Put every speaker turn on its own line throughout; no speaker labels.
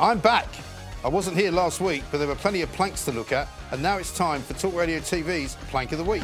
I'm back. I wasn't here last week, but there were plenty of planks to look at, and now it's time for Talk Radio TV's Plank of the Week.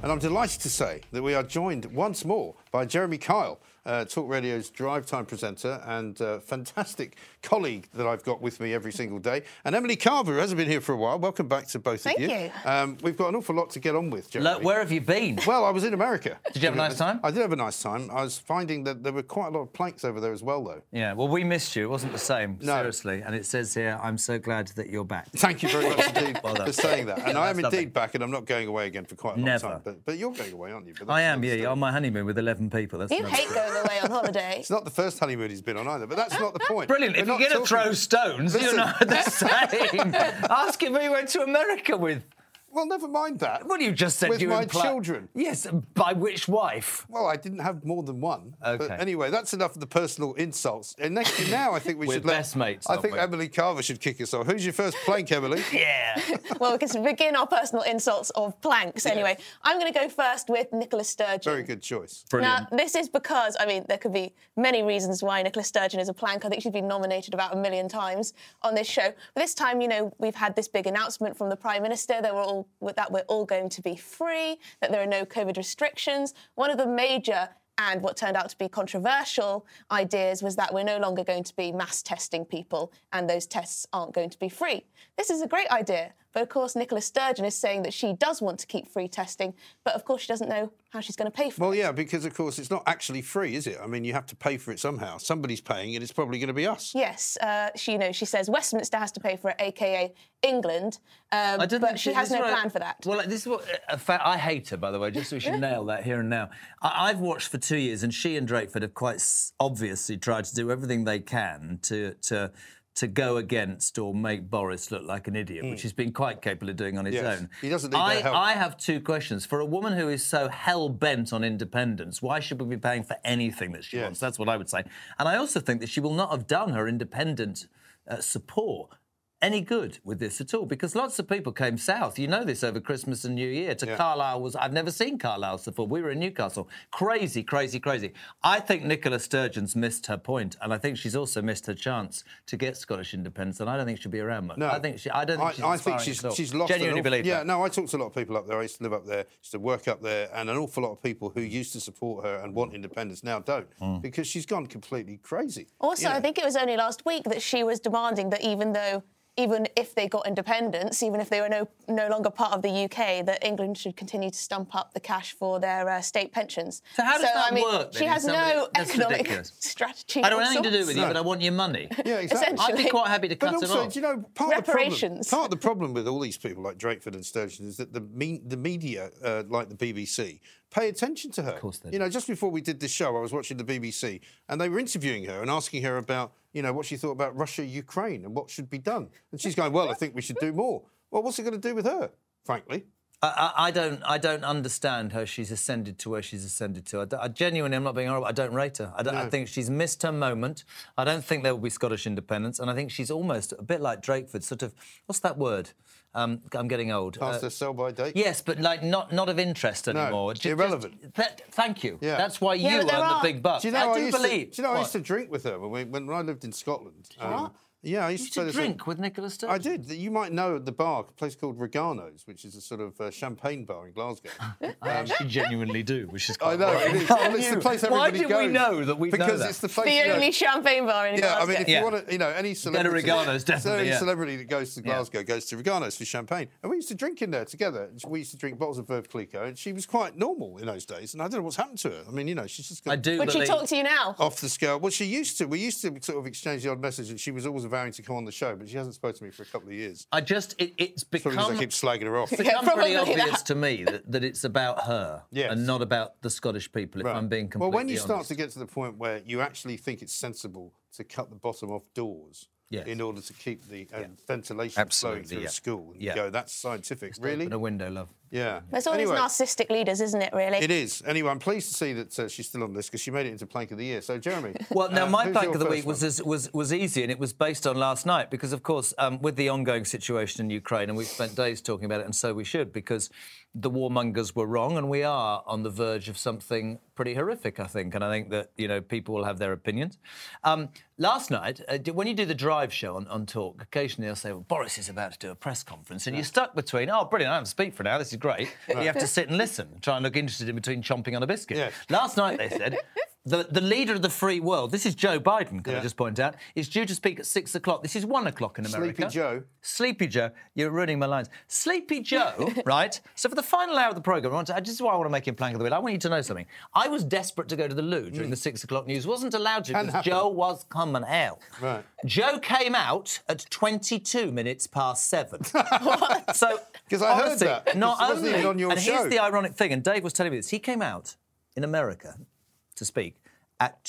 And I'm delighted to say that we are joined once more by Jeremy Kyle, uh, Talk Radio's drive time presenter and uh, fantastic colleague that I've got with me every single day, and Emily Carver, who hasn't been here for a while. Welcome back to both
Thank
of you.
you.
Um, we've got an awful lot to get on with, Jeremy.
Look, where have you been?
Well, I was in America.
Did you have a nice time?
I did have a nice time. I was finding that there were quite a lot of planks over there as well, though.
Yeah, well, we missed you. It wasn't the same,
No.
seriously. And it says here, I'm so glad that you're back.
Thank you very much indeed for saying that. And I am
That's lovely.
indeed back, and I'm not going away again for quite a long
Never.
time. But, but you're going away, aren't you? But that's
I am,
another
yeah,
story.
yeah, on my honeymoon with 11 people. That's
You
another
hate
story.
going away on holiday.
It's not the first honeymoon he's been on either, but that's not the point.
Brilliant.
We're
If
not
you're going
talking-
to throw stones, you're
Listen.
not the same. Ask him who he went to America with.
Well, never mind that.
What you just said
With
you
my
imply-
children.
Yes, by which wife?
Well, I didn't have more than one.
Okay.
But anyway, that's enough of the personal insults. And next, now I think we
We're
should let.
best mates,
I
aren't
think
we?
Emily Carver should kick us off. Who's your first plank, Emily?
Yeah.
Well, we can begin our personal insults of planks anyway. I'm going to go first with Nicola Sturgeon.
Very good choice.
Brilliant.
Now, this is because, I mean, there could be many reasons why Nicola Sturgeon is a plank. I think she's been nominated about a million times on this show. But this time, you know, we've had this big announcement from the Prime Minister that we're all, that we're all going to be free, that there are no COVID restrictions. One of the major and what turned out to be controversial ideas was that we're no longer going to be mass testing people and those tests aren't going to be free. This is a great idea, but of course, Nicola Sturgeon is saying that she does want to keep free testing, but of course, she doesn't know how she's going to pay for
Well,
it.
yeah, because of course it's not actually free, is it? I mean, you have to pay for it somehow. Somebody's paying, and it's probably going to be us.
Yes, uh, she you know she says Westminster has to pay for it, aka England. Um,
I don't
but
think
she has
this
no
is what I-
plan for that.
Well, like, this is what a fa- I hate her, by the way. Just so we should nail that here and now. I, I've watched for two years, and she and Drakeford have quite s- obviously tried to do everything they can to to to go against or make Boris look like an idiot,
Hmm.
which he's been quite capable of doing on his
Yes.
own.
He doesn't need
I,
their help.
I have two questions for a woman who is so hell bent on independence. Why should we be paying for anything that she
Yes.
wants? That's what I would say. And I also think that she will not have done her independent uh, support any good with this at all because lots of people came south. You know this over Christmas and New Year to Carlisle was I've never seen Carlisle before. We were in Newcastle. Crazy, crazy, crazy. I think Nicola Sturgeon's missed her point and I think she's also missed her chance to get Scottish independence and I don't think she'll be around much.
No.
I think she I don't think she's
I, I think
inspiring
she's,
at all.
she's lost. an
Genuinely
awful-
believe
Yeah,
that.
no, I talked to a lot of people up there. I used to live up there, used to work up there, and an awful lot of people who used to support her and want independence now don't
Hmm.
because she's gone completely crazy.
also,
you know.
I think it was only last week that she was demanding that even though. Even if they got independence, even if they were no, no longer part of the UK, that England should continue to stump up the cash for their uh, state pensions.
So how does that
I mean,
work, then,
She
if
has
somebody-
no
That's
economic
ridiculous.
strategy.
I don't
of
want anything to do
sorts.
with you, but I want your money.
Yeah, exactly.
Essentially-
I'd be quite happy to
But
cut it
also,
off.
do you know part of the problem?
Reparations.
Part of the problem with all these people like Drakeford and Sturgeon is that the me- the media, uh, like the BBC, pay attention to her. Of
course they
You know, just before we did this show, I was watching the BBC, and they were interviewing her and asking her about you know what she thought about Russia, Ukraine, and what should be done. And she's going, "Well, I think we should do more." Well, what's it going to do with her? Frankly,
I, I I don't. I don't understand how she's ascended to where she's ascended to. I, d- I genuinely, I'm not being horrible. I don't rate her. I, don't, I think she's missed her moment. I don't think there will be Scottish independence, and I think she's almost a bit like Drakeford. Sort of, what's that word? Um, I'm getting old.
past
Uh,
her sell by date.
yes, but like not not of interest anymore. Ju- just-
irrelevant.
that- thank you.
Yeah.
That's why you
Yeah,
earn
but there
the
are-
big bucks.
Do you know
I do
used
believe.
To, do you know I
What?
used to drink with her when, we, when, when I lived in Scotland? Um, yeah, I used,
Used
to, play
to
this on-
drink with Nicola Sturgeon.
I did. You might know at the bar, a place called Regano's, which is a sort of uh, champagne bar in Glasgow.
I actually genuinely do, which is
I
quite
know
worrying.
it is.
How
Well, it's
you?
the place
Why
everybody
did
goes.
we know that we know
because
that?
it's the place.
The
you know-
only champagne bar in
yeah, I mean,
Glasgow.
if
Yeah.
you want to, you know, any celebrity,
Regano's, definitely,
Any
yeah.
celebrity that goes to Glasgow goes to Regano's for champagne, and we used to drink in there together. We used to drink bottles of Verve Clicquot, and she was quite normal in those days. And I don't know what's happened to her. I mean, you know, she's just got
I do
Would she
believe-
talk to you now?
off the scale. Well, she used to. We used to sort of exchange the odd message, and she was always vowing to come on the show, but she hasn't spoken to me for a couple of years.
I just it, it's
Probably
become
because I keep slagging her off.
it's become
probably
pretty
that.
obvious to me that, that it's about her
Yes.
and not about the Scottish people. If
Right.
I'm being
well,
completely
when you
honest.
start to get to the point where you actually think it's sensible to cut the bottom off doors
Yes.
in order to keep the uh, ventilation
Absolutely,
flowing through
yeah.
a school, and you
Yeah.
go, that's scientific, really?
open a window, love.
Yeah.
It's all
Anyway,
these narcissistic leaders, isn't it, really?
It is. Anyway, I'm pleased to see that uh, she's still on this because she made it into plank of the year. So, Jeremy.
Well, now
uh,
my
who's
plank
your
of the
first
week was,
one?
was was was easy, and it was based on last night because, of course, um, with the ongoing situation in Ukraine, and we've spent days talking about it, and so we should, because the warmongers were wrong, and we are on the verge of something pretty horrific, I think. And I think that, you know, people will have their opinions. Um, last night, uh, d- when you do the drive show on, on Talk, occasionally I'll say, well, Boris is about to do a press conference. And you're stuck between, oh, brilliant, I haven't speak for now. This is great. You have to sit and listen, try and look interested in between chomping on a biscuit.
Yes.
Last night, they said, the, the leader of the free world, this is Joe Biden, can
Yeah.
I just point out, is due to speak at six o'clock. This is one o'clock in America.
Sleepy Joe.
Sleepy Joe, you're ruining my lines. Sleepy Joe, right? So for the final hour of the program, I want to, this is why I want to make him plank of the wheel. I want you to know something. I was desperate to go to the loo
Mm.
during the six o'clock news. Wasn't allowed to
Can
because
happen.
Joe was coming out.
Right.
Joe came out at 22 minutes past seven. so
'Cause I heard
honestly,
that.
Not
It wasn't
only,
even on your
and
show.
here's the ironic thing, and Dave was telling me this. He came out in America to speak at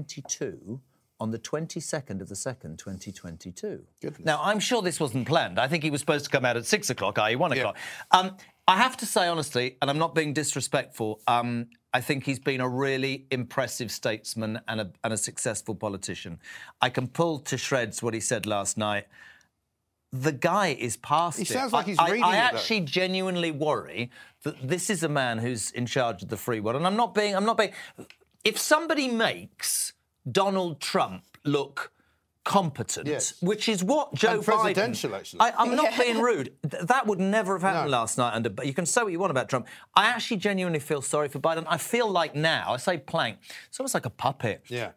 2:22 on the 22nd of the 2nd, 2022.
Goodness.
Now, I'm sure this wasn't planned. I think he was supposed to come out at 6 o'clock, i.e. 1 o'clock. Um, I have to say, honestly, and I'm not being disrespectful, um, I think he's been a really impressive statesman and a, and a successful politician. I can pull to shreds what he said last night. The guy is past
He
it.
sounds like
I-
he's
I,
reading
I
it, though.
actually genuinely worry that this is a man who's in charge of the free world. And I'm not being, I'm not being. If somebody makes Donald Trump look competent,
Yes.
which is what Joe
And presidential,
Biden,
actually.
I, I'm not being rude. Th- that would never have happened
No.
last night. Under but you can say what you want about Trump. I actually genuinely feel sorry for Biden. I feel like now I say plank. It's almost like a puppet.
Yeah.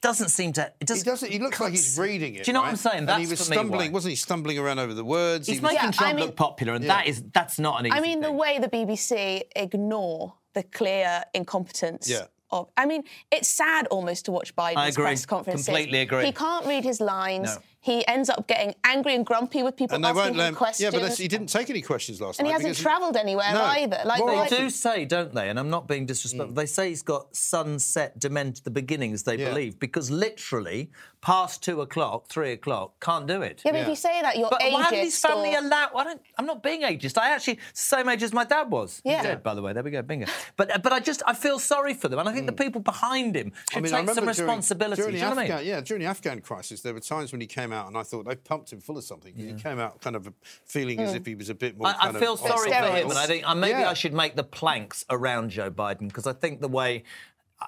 Doesn't seem to. It
He
doesn't.
doesn't. He looks like he's
can't-
reading it.
Do you know what
right?
I'm saying? That's
and he was
for me
stumbling,
why.
wasn't he? Stumbling around over the words.
He's
he was,
making
Yeah, I
Trump
mean-
look popular, and that is that's not an easy
I mean, the
thing.
way the BBC ignore the clear incompetence.
Yeah.
Of, I mean, it's sad almost to watch Biden's
I agree.
press conferences.
Completely agree.
He can't read his lines.
No.
He ends up getting angry and grumpy with people
and they
asking
won't
him
let him. Yeah,
questions.
but that's, he didn't take any questions last
and
night.
he hasn't
because
travelled anywhere
No.
either. Like,
More
they're
often
like-
They do say, don't they? And I'm not being disrespectful. They say he's got sunset dementia, the beginnings they
Mm. Yeah.
believe, because literally past two o'clock, three o'clock, can't do it.
yeah, but
Yeah.
if you say that, you're
But
ageist.
why would his family
or-
allow? I don't. I'm not being ageist. I actually same age as my dad was. He's
Yeah.
dead, by the way. There we go. Bingo. But but I just I feel sorry for them, and I think the people behind him
Mm.
should
I mean, I
take some
remember during-
responsibility.
During,
do you know
the
what I
Afghan,
mean?
Yeah, during the Afghan crisis, there were times when he came out, and I thought they pumped him full of something. He came out kind of feeling as if he was a bit more.
Hmm. I, I
kind
feel
of on
sorry for him,
steroids.
and I think uh, maybe
Yeah.
I should make the planks around Joe Biden because I think the way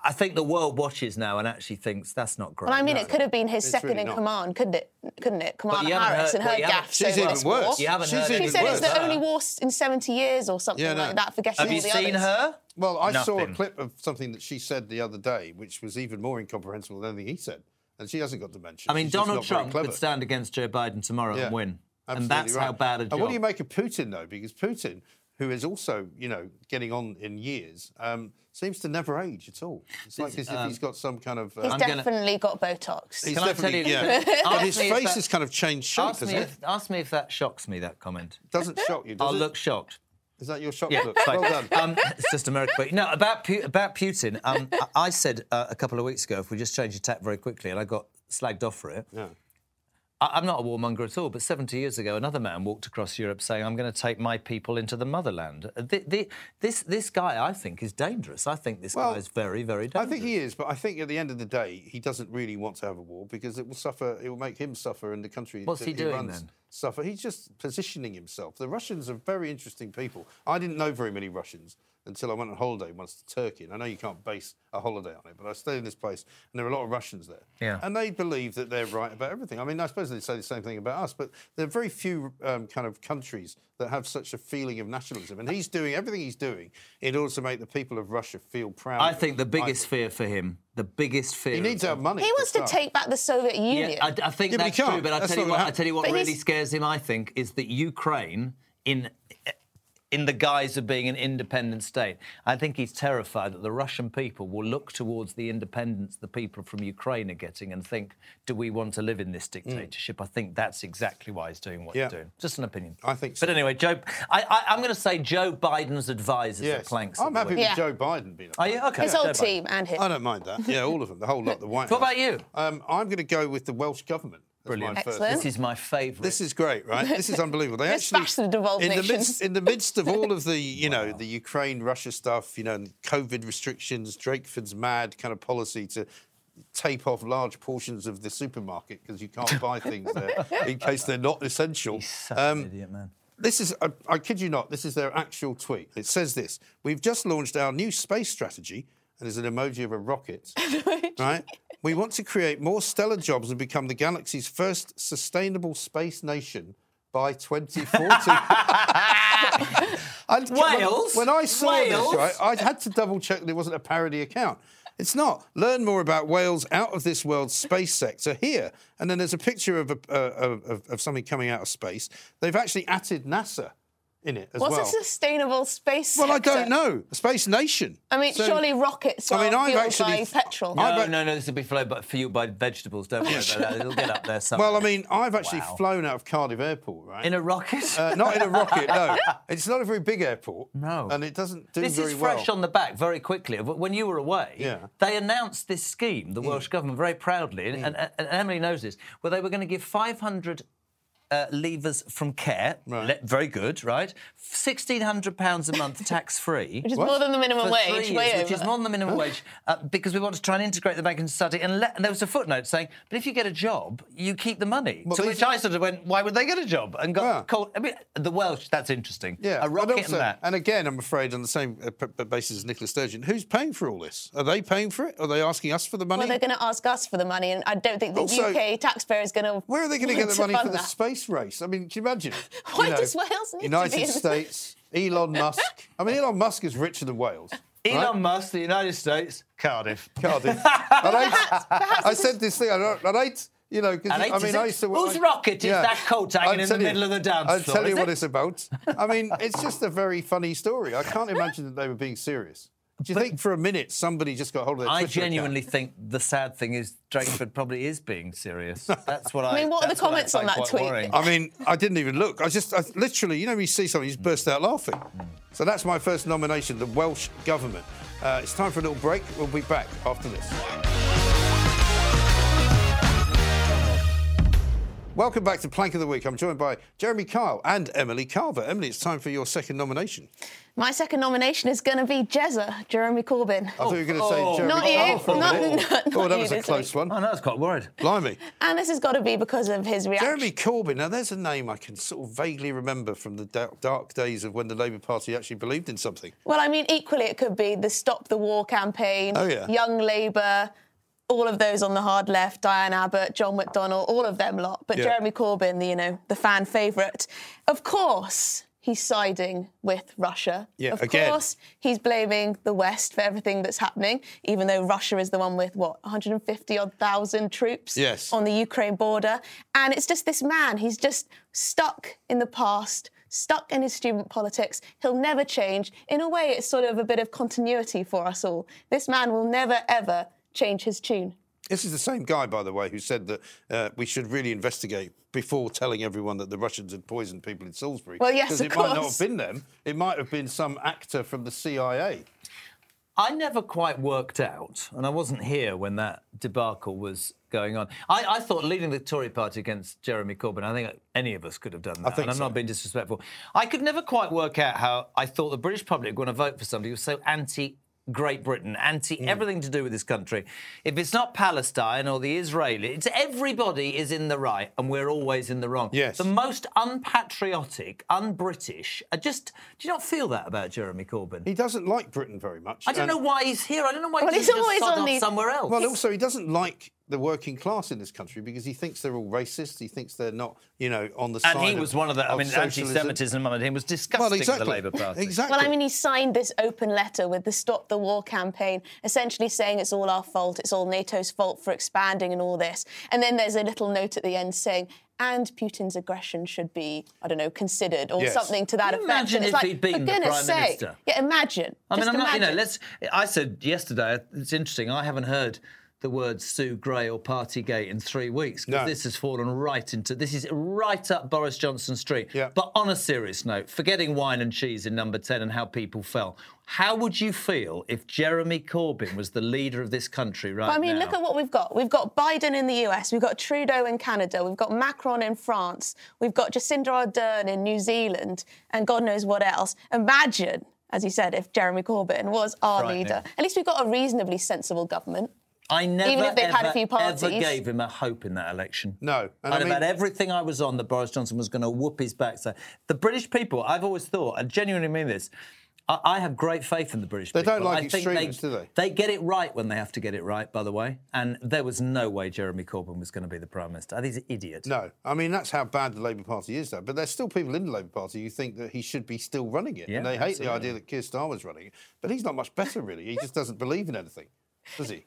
I think the world watches now and actually thinks that's not great.
Well, I mean, it could have been his second
really
in
not.
command, couldn't it? Couldn't it? Commander
you haven't
Harris
heard-
and her
well, you haven't-
gaff
She's
over
even
this
worse.
war.
You haven't
She's
heard
even
He said it's
worse.
the
her.
only war s- in 70 years or something
Yeah, no.
like that. Forgetting
Have you
all the
seen
others.
her?
Well, I saw a
Nothing.
clip of something that she said the other day, which was even more incomprehensible than anything he said. And she hasn't got dementia.
I mean,
She's just
Donald
not very
Trump
clever.
could stand against Joe Biden tomorrow
Yeah,
and win,
Absolutely
and that's
right.
how bad a job.
And what do you make of Putin though? Because Putin, who is also you know getting on in years, um, seems to never age at all. It's like as
um,
if he's got some kind of.
He's
Uh,
gonna-
definitely got Botox.
he's
Can I tell
definitely-
you-
Yeah.
Ask
but his
me if
face
that-
has kind of changed shape,
ask me,
hasn't it?
if, ask me if that shocks me. That comment.
Doesn't shock you, does
I'll
it?
look shocked.
Is that your shock look?
Fine.
Well done.
Um, it's just America. But no, about Pu- about Putin. Um, I- I said uh, a couple of weeks ago, if we just change the tack very quickly, and I got slagged off for it.
Yeah.
I- I'm not a warmonger at all, but 70 years ago, another man walked across Europe saying, I'm going to take my people into the motherland. Uh, thi- thi- this, this guy, I think, is dangerous. I think this
Well,
guy is very, very
I
dangerous.
think he is, but I think at the end of the day, he doesn't really want to have a war because it will suffer. It will make him suffer, and the country.
What's
that
he doing
runs
then?
Suffer. He's just positioning himself. The Russians are very interesting people. I didn't know very many Russians until I went on holiday once to Turkey, and I know you can't base a holiday on it, but I stayed in this place, and there were a lot of Russians there.
Yeah.
And they believe that they're right about everything. I mean, I suppose they say the same thing about us, but there are very few um, kind of countries that have such a feeling of nationalism. And he's doing everything he's doing in order to make the people of Russia feel proud.
I
of
think the
them.
biggest fear for him, the biggest fear.
He needs to
of-
have money.
He wants to
start.
take back the Soviet Union.
Yeah, I, I think
Yeah, but he
that's true.
can't.
But I
That's
tell you
not
what,
gonna
I tell you what
happen. But
really
he's-
scares him. I think is that Ukraine in. In the guise of being an independent state, I think he's terrified that the Russian people will look towards the independence the people from Ukraine are getting and think, "Do we want to live in this dictatorship?" I think that's exactly why he's doing what
Mm. Yeah.
he's doing. Just an opinion.
I think so.
But anyway, Joe, I, I, I'm going to say Joe Biden's advisors are
Yes.
planks. of
I'm
the
happy with
week.
Yeah.
Joe Biden being.
Are you okay?
His
Joe
whole
Biden.
team and him.
I don't mind that. Yeah, all of them. The whole lot. The White
What
House.
about you?
Um, I'm going to go with the Welsh government. as
Brilliant.
my first
Excellent.
This is my favourite.
This is great, right? This is unbelievable. They
Let's
actually
bash the devolved
in the midst
nations.
in the midst of all of the you know the Ukraine Russia stuff, you know, and COVID restrictions, Drakeford's mad kind of policy to tape off large portions of the supermarket because you can't buy things there in case they're not essential.
Such
Um,
an idiot man.
This is, I, I kid you not, this is their actual tweet. It says this We've just launched our new space strategy and there's an emoji of a rocket, right? We want to create more stellar jobs and become the galaxy's first sustainable space nation by 2040. And
Wales?
When, when I saw
Wales?
this, right, I had to double check that it wasn't a parody account. It's not. Learn more about Wales out of this world space sector here. And then there's a picture of, a, uh, of, of- of something coming out of space. They've actually added NASA in it as
What's
well.
a sustainable space?
well, I
sector?
don't know. A space nation.
I mean,
So-
surely rockets are
I mean, I've
fueled
actually-
by petrol.
I
No,
bet-
no, no, this will be flown by, fueled by vegetables. Don't worry about that. It'll get up there somewhere.
Well, I mean, I've actually
Wow.
flown out of Cardiff Airport, right?
in a rocket.
Uh, not in a rocket, no. It's not a very big airport.
No.
And it doesn't do
this
very
is fresh
well.
on the back very quickly. W- When you were away,
Yeah. Mm.
they announced this scheme, the Welsh government, very proudly, and, and, and Emily knows this, where they were going to give 500 uh, levers from care, le- very good, right? £1,600 a month tax free.
Which is more than the minimum
for
wage.
three
way
years, which
over.
is more than the minimum wage, uh, because we want to try and integrate them back into society. And, let, and there was a footnote saying, but if you get a job, you keep the money. to
they-
which I sort of went, why would they get a job? And got
Yeah.
called. I mean, the Welsh, that's interesting.
Yeah,
a rocket
and, also-
and that.
and again, I'm afraid on the same uh, p- p- basis as Nicola Sturgeon, who's paying for all this? Are they paying for it? Are they asking us for the money?
Well, they're going to ask us for the money, and I don't think the
Also-
UK taxpayer is going to.
Where are they going to get the money for
fund
the
that.
space race? I mean, can you imagine? You
Why does Wales need to be
United
in the-
States, Elon Musk. I mean, Elon Musk is richer than Wales.
Elon
right?
Musk, the United States, Cardiff.
Cardiff. All right? I said this thing. I don't- all right? You know, 'cause
All right,
I
is
mean,
it?
I used to.
Whose
I-
rocket is that coat hanging
I'll
in the
tell you-
middle of the dance
I'll
floor,
tell you
is
what
it?
it's about. I mean, it's just a very funny story. I can't imagine that they were being serious. Do you think for a minute somebody just got hold of their
I
Twitter account?
genuinely think the sad thing is Drakeford probably is being serious. That's what I.
mean, what are the
that's I
comments on
find
that
quite
tweet?
worrying.
I mean, I didn't even look. I just I, literally, you know, when you see something, you just burst out laughing. So that's my first nomination, the Welsh government. Uh, it's time for a little break. We'll be back after this. Welcome back to Plank of the Week. I'm joined by Jeremy Kyle and Emily Carver. Emily, it's time for your second nomination.
My second nomination is going to be Jezza, Jeremy Corbyn.
I thought you were going to say
Oh.
Jeremy
Not
Kyle
you.
for a
Not-
minute.
not-
oh,
not
that
you
was a
this
close one.
I know, I was quite worried.
Blimey.
And this has got to be because of his reaction.
Jeremy Corbyn. Now, there's a name I can sort of vaguely remember from the da- dark days of when the Labour Party actually believed in something.
Well, I mean, equally, it could be the Stop the War campaign,
Oh, yeah.
Young Labour, all of those on the hard left, Diane Abbott, John McDonnell, all of them lot. But
Yeah.
Jeremy Corbyn, the, you know, the fan favourite, of course, he's siding with Russia.
Yeah,
of
again.
course, he's blaming the West for everything that's happening, even though Russia is the one with, what, 150 odd thousand troops
Yes.
on the Ukraine border. And it's just this man, he's just stuck in the past, stuck in his student politics. He'll never change. In a way, it's sort of a bit of continuity for us all. This man will never, ever change his tune.
This is the same guy, by the way, who said that uh, we should really investigate before telling everyone that the Russians had poisoned people in Salisbury.
Well,
because
yes, of
it might not have
course.
been them. It might have been some actor from the CIA.
I never quite worked out, and I wasn't here when that debacle was going on. I, I thought leading the Tory party against Jeremy Corbyn, I think any of us could have done that.
think
and I'm
so.
not being disrespectful. I could never quite work out how I thought the British public, when I vote for somebody, who was so anti. Great Britain, anti
Hmm.
everything to do with this country. If it's not Palestine or the Israeli, it's everybody is in the right and we're always in the wrong.
Yes.
The most unpatriotic, un-British. I just do you not feel that about Jeremy Corbyn?
He doesn't like Britain very much.
I don't know why he's here. I don't know why
Well,
he
he's
doesn't
always
just sod
on
off
the-
somewhere else.
Well, also, he doesn't like the working class in this country because he thinks they're all racist. He thinks they're not, you know, on the side.
and he was one of the. I mean,
socialism.
anti-Semitism and him was disgusting
Well,
to
exactly.
the Labour Party.
Exactly.
Well, I mean, he signed this open letter with the Stop the War campaign, essentially saying it's all our fault, it's all NATO's fault for expanding and all this. And then there's a little note at the end saying, and Putin's aggression should be, I don't know, considered or
Yes.
something to that
Can you
effect.
imagine
And it's
if
like,
he'd been
for
the
goodness
Prime
sake.
Minister?
Yeah, imagine.
I mean,
Just
I'm not. You know,
imagine.
let's. I said yesterday. It's interesting. I haven't heard the words Sue Gray or Partygate in three weeks because
No.
this has fallen right into. This is right up Boris Johnson Street.
Yeah.
But on a serious note, forgetting wine and cheese in number ten and how people fell. How would you feel if Jeremy Corbyn was the leader of this country right
I mean,
now?
look at what we've got. We've got Biden in the US, we've got Trudeau in Canada, we've got Macron in France, we've got Jacinda Ardern in New Zealand, and God knows what else. Imagine, as you said, if Jeremy Corbyn was our
Frightening.
leader. At least we've got a reasonably sensible government.
I never,
if they've
ever,
had a few
ever
parties.
gave him a hope in that election.
No, and
I'd
I
have
mean-
had everything I was on that Boris Johnson was going to whoop his backside. The British people, I've always thought, I genuinely mean this, I, I have great faith in the British
They
people.
don't like
I think
extremists, do they?
They get it right when they have to get it right, by the way. And there was no way Jeremy Corbyn was going to be the Prime Minister. I think he's an idiot.
No, I mean that's how bad the Labour Party is, though. But there's still people in the Labour Party who think that he should be still running it,
Yeah,
and they hate the
absolutely.
idea that Keir Starmer's running it. But he's not much better, really. He just doesn't believe in anything, does he?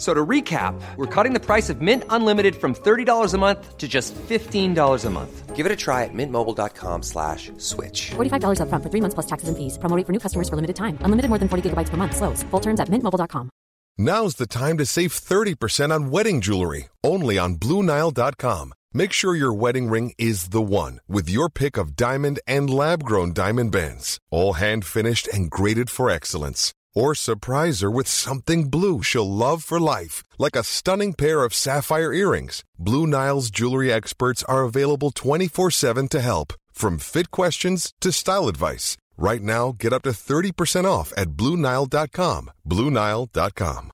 So to recap, we're cutting the price of Mint Unlimited from $30 a month to just $15 a month. Give it a try at mintmobile.com slash switch.
$45 upfront for three months plus taxes and fees. Promote for new customers for limited time. Unlimited more than 40 gigabytes per month. Slows. Full terms at mintmobile.com.
Now's the time to save 30% on wedding jewelry, only on BlueNile.com. Make sure your wedding ring is the one with your pick of diamond and lab grown diamond bands, all hand finished and graded for excellence. Or surprise her with something blue she'll love for life, like a stunning pair of sapphire earrings. Blue Nile's jewelry experts are available 24 7 to help, from fit questions to style advice. Right now, get up to 30% off at BlueNile.com. BlueNile.com.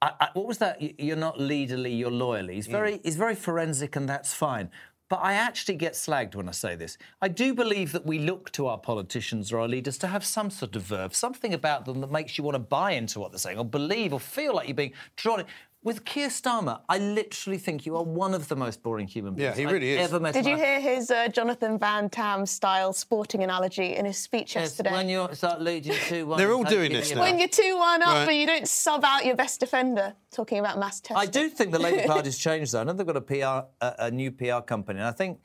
I, I, what was that? Y- You're not leaderly, you're loyally.
Mm.
He's very, he's very forensic, and that's fine. But I actually get slagged when I say this. I do believe that we look to our politicians or our leaders to have some sort of verve, something about them that makes you want to buy into what they're saying, or believe, or feel like you're being drawn. in. With Keir Starmer, I literally think you are one of the most boring human
Yeah,
beings
he
I've
really is.
ever met.
Did
in
you
my-
hear his uh, Jonathan Van Tam style sporting analogy in his speech
Yes,
yesterday?
when you start leading to one,
They're all
don't
doing
give
this
it
now.
away.
When you're 2 1 up,
Right.
but you don't sub out your best defender, talking about mass testing.
I do think the Labour Party's changed though. I know they've got a PR, a, a new PR company, and I think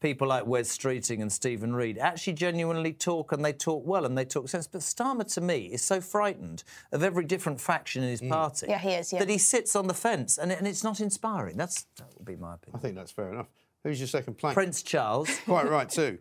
people like Wes Streeting and Stephen Reid actually genuinely talk, and they talk well, and they talk sense. But Starmer, to me, is so frightened of every different faction in his party.
Yeah, he is, yeah.
That he sits on the fence, and, and it's not inspiring. That's that would be my
I
opinion.
think that's fair enough. Who's your second plank?
Prince Charles.
Quite right too.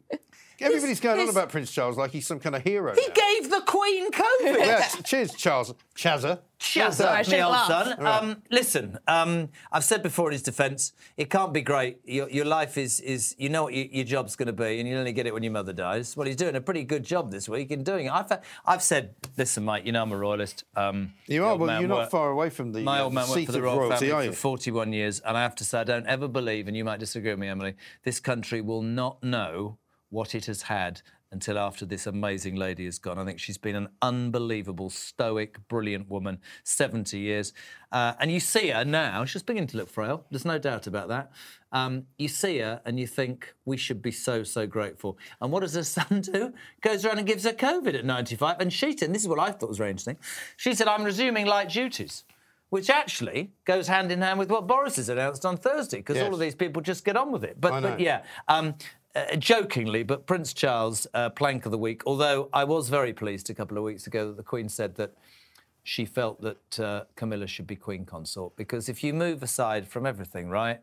Everybody's going on
this-
about Prince Charles like he's some kind of hero.
He
now.
gave the Queen COVID.
Yeah, ch- cheers, Charles. Chazza.
Shut
Well
up,
done.
should
me old
laugh.
son. Um, listen, um, I've said before in his defence, it can't be great. Your, your life is, is you know what your, your job's going to be, and you only get it when your mother dies. Well, he's doing a pretty good job this week in doing it. I've, I've said, listen, mate, you know I'm a royalist. Um,
You
the
are,
old
well,
man
you're not
worked-
far away from the,
My
uh,
old man worked
seat
for the
of
royal
royalty,
family
are you?
for 41 years, and I have to say, I don't ever believe, and you might disagree with me, Emily, this country will not know what it has had until after this amazing lady is gone. I think she's been an unbelievable, stoic, brilliant woman, 70 years. Uh, and you see her now, she's beginning to look frail, there's no doubt about that. Um, you see her and you think, we should be so, so grateful. And what does her son do? Goes around and gives her COVID at 95. And she said, and this is what I thought was very interesting, she said, I'm resuming light duties which actually goes hand in hand with what Boris has announced on Thursday, because
Yes.
all of these people just get on with it. But,
I
but
know.
yeah, um, uh, jokingly, but Prince Charles, uh, plank of the week, although I was very pleased a couple of weeks ago that the Queen said that she felt that uh, Camilla should be Queen Consort, because if you move aside from everything, right?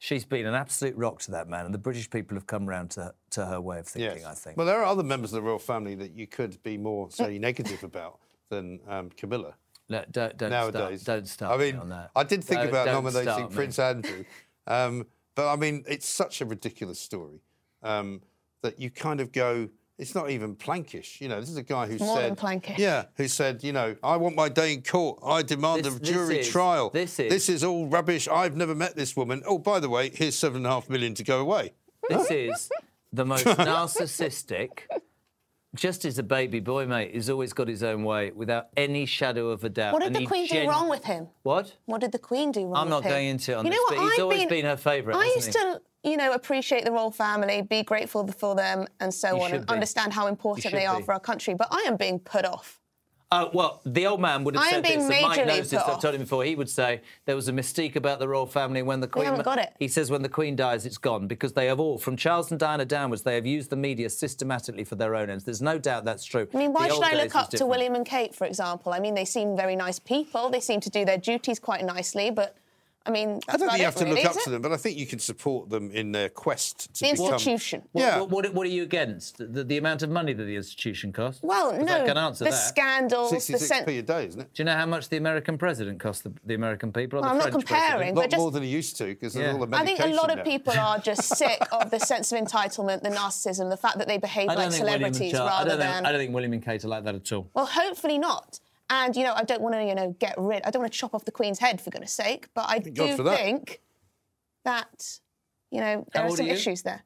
She's been an absolute rock to that man, and the British people have come round to, to her way of thinking, I think.
Well, there are other members of the royal family that you could be more, say, negative about than um, Camilla
No, don't, don't
nowadays.
Start, don't start
I mean,
me on that.
I did think
Don't-
about
don't
nominating
start me.
Prince Andrew, um, but I mean, it's such a ridiculous story um, that you kind of go. It's not even plankish, you know. This is a guy who
More
said,
than plankish.
"Yeah," who said, "You know, I want my day in court. I demand
This-
a
this
jury
is-
trial.
this is-
this is all rubbish. I've never met this woman. Oh, by the way, here's seven and a half million to go away."
This is the most narcissistic. Just as a baby boy, mate, who's always got his own way without any shadow of a doubt.
What did
and
the
he
Queen
genu-
do wrong with him?
What?
What did the Queen do wrong?
I'm not
with him?
going into it on
you
this,
know
but
what?
he's
I've
always been her favourite,
I
hasn't
used
he?
to, you know, appreciate the royal family, be grateful for them, and so
You
on,
should
and
be.
understand how important
should
they are
be.
for our country. But I am being put off.
Oh, well, the old man would have
I am
said this,
being
and Mike
majorly
knows this.
put
I've
off.
told him before. He would say there was a mystique about the royal family when the Queen.
haven't got it.
He says when the Queen dies, it's gone because they have all, from Charles and Diana downwards, they have used the media systematically for their own ends. There's no doubt that's true.
I mean, why should
The old
I
days
look
was
up to
different.
William and Kate, for example? I mean, they seem very nice people. They seem to do their duties quite nicely, but I mean,
I don't
about
think you
it,
have to
really,
look up
is
to
it?
them, but I think you can support them in their quest to
The
become.
institution.
What,
Yeah.
what, what, what are you against? The, the, the amount of money that the institution costs?
Well,
'Cause
no,
I can answer
the
that.
scandals, the
66p
sen-
a day, isn't it?
Do you know how much the American president cost the, the American people? Or
Well, I'm
the
not
French
A
comparing.
lot
But just-
more than it used to because
Yeah.
there's all the
I
medication
think a lot of
now.
people are just sick of the sense of entitlement, the narcissism, the fact that they behave
President? I don't
like
think William and
celebrities
Charles- I
rather
don't think-
than.
I don't think William and Kate are like that at all.
Well, hopefully not. And you know, I don't want to, you know, get rid. I don't want to chop off the Queen's head for goodness' sake. But I
God
do
for that.
think that, you know, there
old
are
are
some
you?
issues there.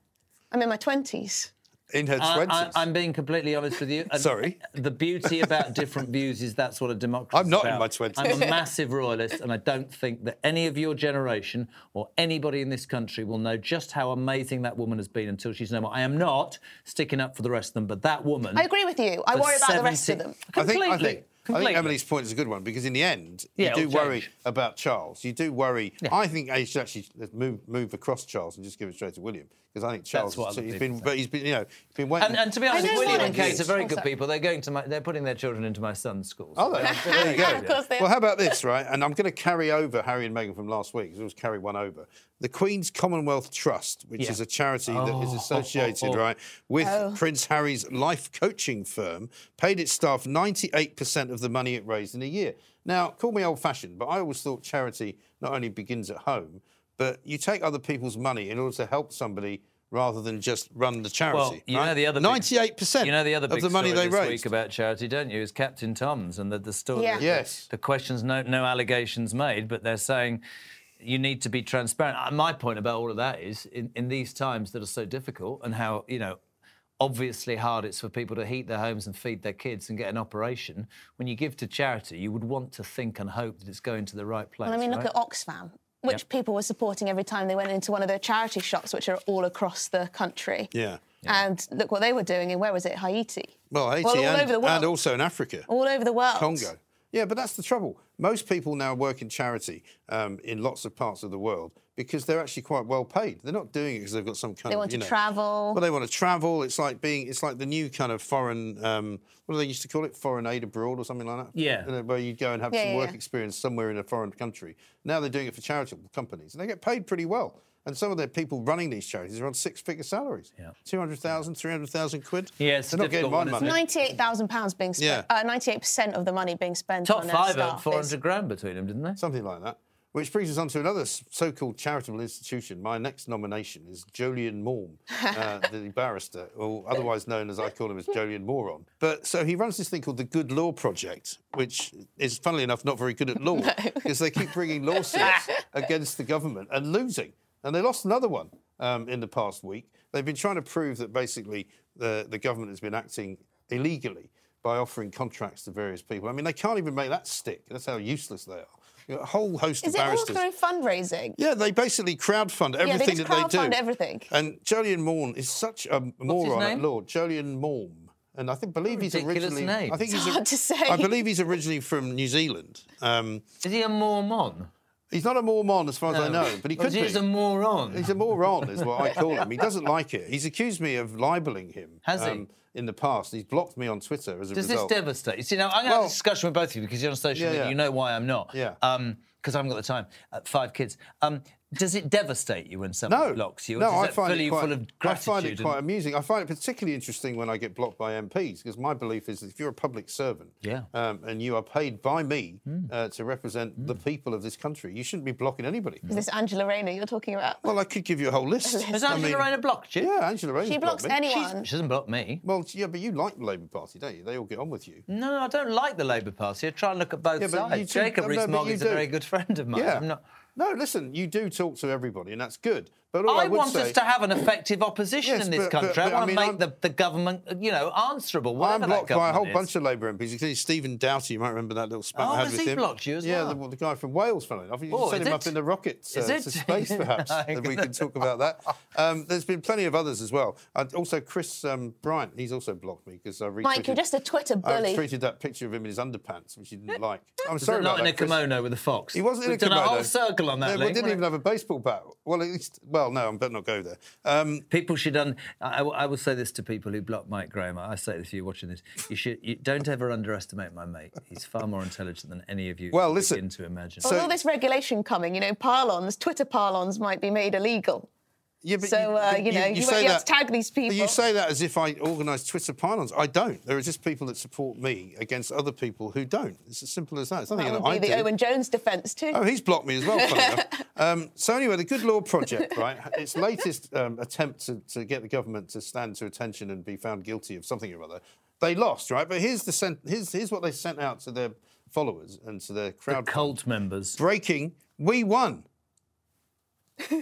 I'm in my twenties.
in her
Uh, I-
twenties.
I, am being completely honest with you. And
Sorry.
The beauty about different views is that's what a democracy.
I'm not
is
in
about.
my 20s.
I'm a massive royalist, and I don't think that any of your generation or anybody in this country will know just how amazing that woman has been until she's no more. I am not sticking up for the rest of them, but that woman.
I agree with you. I
for
worry about the rest of
70
them.
I think,
Completely.
I think, I
completely.
think Emily's point is a good one because in the end,
Yeah,
you do
it'll
worry
change.
about Charles. You do worry. I think they should actually move move across Charles and just give it straight to William because I think Charles.
what
is-
other
he's
people
been,
say.
but he's been, you know, he's been waiting.
And, and to be
I
honest,
don't
William
want
and
it.
Kate are very
Oh,
good
sorry.
people. They're going to my, they're putting their children into my son's schools.
Oh, there, there you go.
Of course they are.
Well, how about this, right? And I'm going to carry over Harry and Meghan from last week because I was carry one over. The Queen's Commonwealth Trust, which is a charity that
Oh.
is associated, right, with Prince Harry's life coaching firm, paid its staff 98% of the money it raised in a year. Now, call me old fashioned, but I always thought charity not only begins at home, but you take other people's money in order to help somebody rather than just run the charity.
Well, you know
right?
the other big-
98%
You know the other big
of the money
story
they
this
raised.
week about charity, don't you? Is Captain Tom's and the, the story.
Yeah.
Yes.
The, questions, no, no allegations made, but they're saying you need to be transparent. Uh, My point about all of that is, in, in these times that are so difficult, and how you know. Obviously, hard it's for people to heat their homes and feed their kids and get an operation. When you give to charity, you would want to think and hope that it's going to the right place.
Well, I mean,
right?
look at Oxfam, which people were supporting every time they went into one of their charity shops, which are all across the country.
Yeah.
And look what they were doing in where was it? Haiti.
Well, Haiti
all
and,
over the world.
and also in Africa.
all over the world.
Congo. Yeah, but that's the trouble. Most people now work in charity um, in lots of parts of the world because they're actually quite well paid. They're not doing it because they've got some kind
They
of
want
you
to
know-
travel.
Well, they want to travel. It's like being. It's like the new kind of foreign. Um, what do they used to call it? Foreign aid abroad or something like that.
Yeah.
You know, where you go and have
Yeah,
some
yeah,
work
yeah.
experience somewhere in a foreign country. Now they're doing it for charitable companies and they get paid pretty well. And some of the people running these charities are on six-figure salaries. Yeah. 200,000, 300,000 quid.
Yeah, it's a
They're not getting
difficult
my
one,
money.
isn't it?
Ninety-eight thousand pounds being spent.
Yeah.
Uh, Ninety-eight percent of the money being spent
top
on their
five earned
staff.
four
is-
hundred grand between them, didn't they?
something like that. Which brings us on to another s- so-called charitable institution. My next nomination is Jolyon Morm, uh, the barrister, or otherwise known as I call him as Jolyon Moron. But so he runs this thing called the Good Law Project, which is, funnily enough, not very good at law because they keep bringing lawsuits against the government and losing. And they lost another one um, in the past week. They've been trying to prove that basically the, the government has been acting illegally by offering contracts to various people. I mean, they can't even make that stick. That's how useless they are. You know, a whole host
Is
of
it all
barristers.
through fundraising?
yeah, they basically crowdfund
they
everything
just
that they do.
crowdfund everything.
And Jolyon Morn is such a moron at
name?
law. Jolyon Morm. And I think believe he's
Ridiculous
originally.
name.
I think
It's
he's
hard to say.
I believe he's originally from New Zealand. Um,
Is he a Mormon?
he's not a Mormon as far as I know, but he
Or
could
is Oh. he
be.
just a moron?
He's a moron, is what I call him. He doesn't like it. He's accused me of libeling him. um,
Has he?
In the past, he's blocked me on Twitter as a
Does
result.
this devastate? You see, now I'm going to have
Well-
a discussion with both of you because you're on social
Yeah,
media.
yeah.
You know why I'm not.
Yeah.
Because I haven't got the time. Uh, five kids. Um, does it devastate you when someone blocks you? Or
Oh, No,
does
I
that
find
fill
it
you
quite,
full of
I
gratitude?
find it
and-
quite amusing. I find it particularly interesting when I get blocked by MPs because my belief is that if you're a public servant
Yeah. Hmm.
um, and you are paid by me uh, to represent the people of this country, you shouldn't be blocking anybody.
Is this Angela Rayner you're talking about?
Well, I could give you a whole list.
Has
I
Angela
mean-
Rayner blocked you?
Yeah, Angela Rayner.
she blocks anyone.
She's, she doesn't block me.
Well, yeah, but you like the Labour Party, don't you? They all get on with you.
No, I don't like the Labour Party. I try and look at both
Yeah, but you
sides.
do-
Jacob
no, but
Rees-Mogg
you
is a
do.
very good friend of mine.
Yeah.
I'm not.
No, listen, you do talk to everybody, and that's good. But all I,
I
would
want
say,
us to have an effective opposition
Yes,
in this
but- but-
country.
but,
I
I
want
mean,
to
I'm-
make the, the government, you know, answerable.
Well, I'm
whatever that
blocked by a whole
government is.
bunch of Labour MPs, including Stephen Doughty. You might remember that little spat
Oh,
I had
has
with
he
him.
blocked you as
yeah,
well?
the, the guy from Wales, funnily enough. You can
Oh,
send
is
him
it?
up in the rockets uh,
Is it?
to space, perhaps.
I
then we
don't
can talk about that. Um, there's been plenty of others as well. Uh, also, Chris um, Bryant, he's also blocked me because I retweeted...
Mike, you're just a Twitter
I
bully.
retweeted that picture of him in his underpants, which he didn't like. I'm sorry
not
about
in
that,
a
Chris.
kimono with a fox.
He wasn't in
We've
a
done
kimono.
a whole circle on that.
No,
link.
we didn't even have a baseball bat. Well, at least, well, Well, no, I better not go there. Um,
People should un. I, I will- I will say this to people who block Mike Graham. I say this to you watching this. You should. You don't ever underestimate my mate. He's far more intelligent than any of you.
Well,
can
listen.
Begin to imagine.
With all this regulation coming, you know, parlons, Twitter parlons might be made illegal.
yeah, but
So, uh,
but
you know, you won't be able to tag these
but You
people.
say that as if I organise Twitter pylons. I don't. There are just people that support me against other people who don't. It's as simple as that. It's nothing
That
that
would
I
be
do.
the Owen Jones defence too.
Oh, he's blocked me as well. Funny enough. Um, so anyway, the Good Law Project, right? Its latest um, attempt to, to get the government to stand to attention and be found guilty of something or other, they lost, right? But here's the sent- here's here's what they sent out to their followers and to their crowd.
Cult members.
breaking, we won.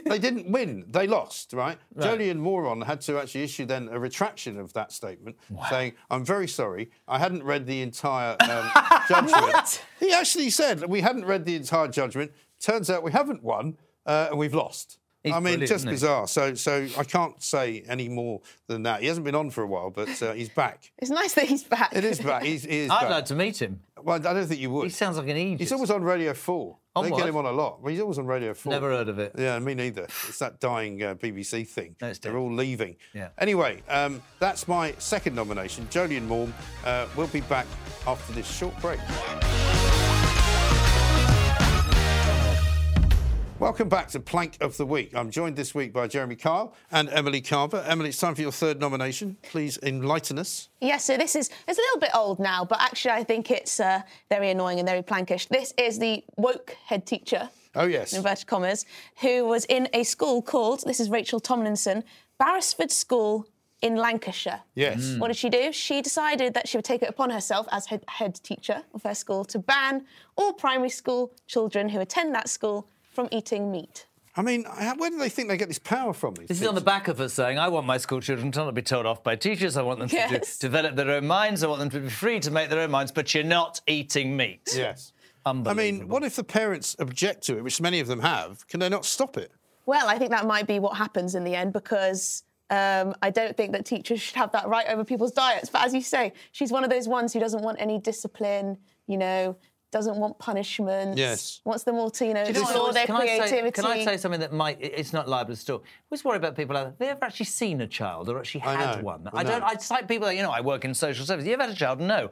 they didn't win; they lost, right? Jolyon Moron had to actually issue then a retraction of that statement, saying, "I'm very sorry, I hadn't read the entire um, judgment." He actually said, "We hadn't read the entire judgment. Turns out we haven't won, uh, and we've lost." I
He's
mean,
brilliant,
just
isn't he?
bizarre. So, so I can't say any more than that. He hasn't been on for a while, but uh, he's back.
It's nice that he's back.
It is back. He's, he is
I'd
back.
like to meet him.
Well, I don't think you would.
He sounds like an Egypt.
He's always on Radio 4.
On
they
what?
get him on a lot. Well, he's always on Radio 4.
Never heard of it.
Yeah, me neither. It's that dying uh, BBC thing.
No, it's
They're
dead.
all leaving.
Yeah.
Anyway, um, that's my second nomination, Jolien Morm. Uh, we'll be back after this short break. Welcome back to Plank of the Week. I'm joined this week by Jeremy Kyle and Emily Carver. Emily, it's time for your third nomination. Please enlighten us.
Yeah, so this is it's a little bit old now, but actually I think it's uh, very annoying and very plankish. This is the woke head teacher,
Oh, yes.
in inverted commas, who was in a school called this is Rachel Tomlinson, Barrisford School in Lancashire.
Yes.
Hmm.
What did she do? She decided that she would take it upon herself as head, head teacher of her school to ban all primary school children who attend that school from eating meat.
I mean, how- where do they think they get this power from? These
This is on the back of her saying, I want my school children to not be told off by teachers. I want them to do,
Yes.
develop their own minds. I want them to be free to make their own minds, but you're not eating meat.
Yes. I
Unbelievable.
mean, what if the parents object to it, which many of them have? Can they not stop it?
Well, I think that might be what happens in the end because um, I don't think that teachers should have that right over people's diets. But as you say, she's one of those ones who doesn't want any discipline, you know, doesn't want punishment.
Yes.
Wants them all to, you know,
Do you know what I
explore
was-
their
can I
creativity.
say, can I say something that might? it- It's not libelous at all. I always worry about people. Like, have they ever actually seen a child or actually
I
had
know,
one?
I
I don't.
know.
I cite people that you know. I work in social services. You ever had a child? No.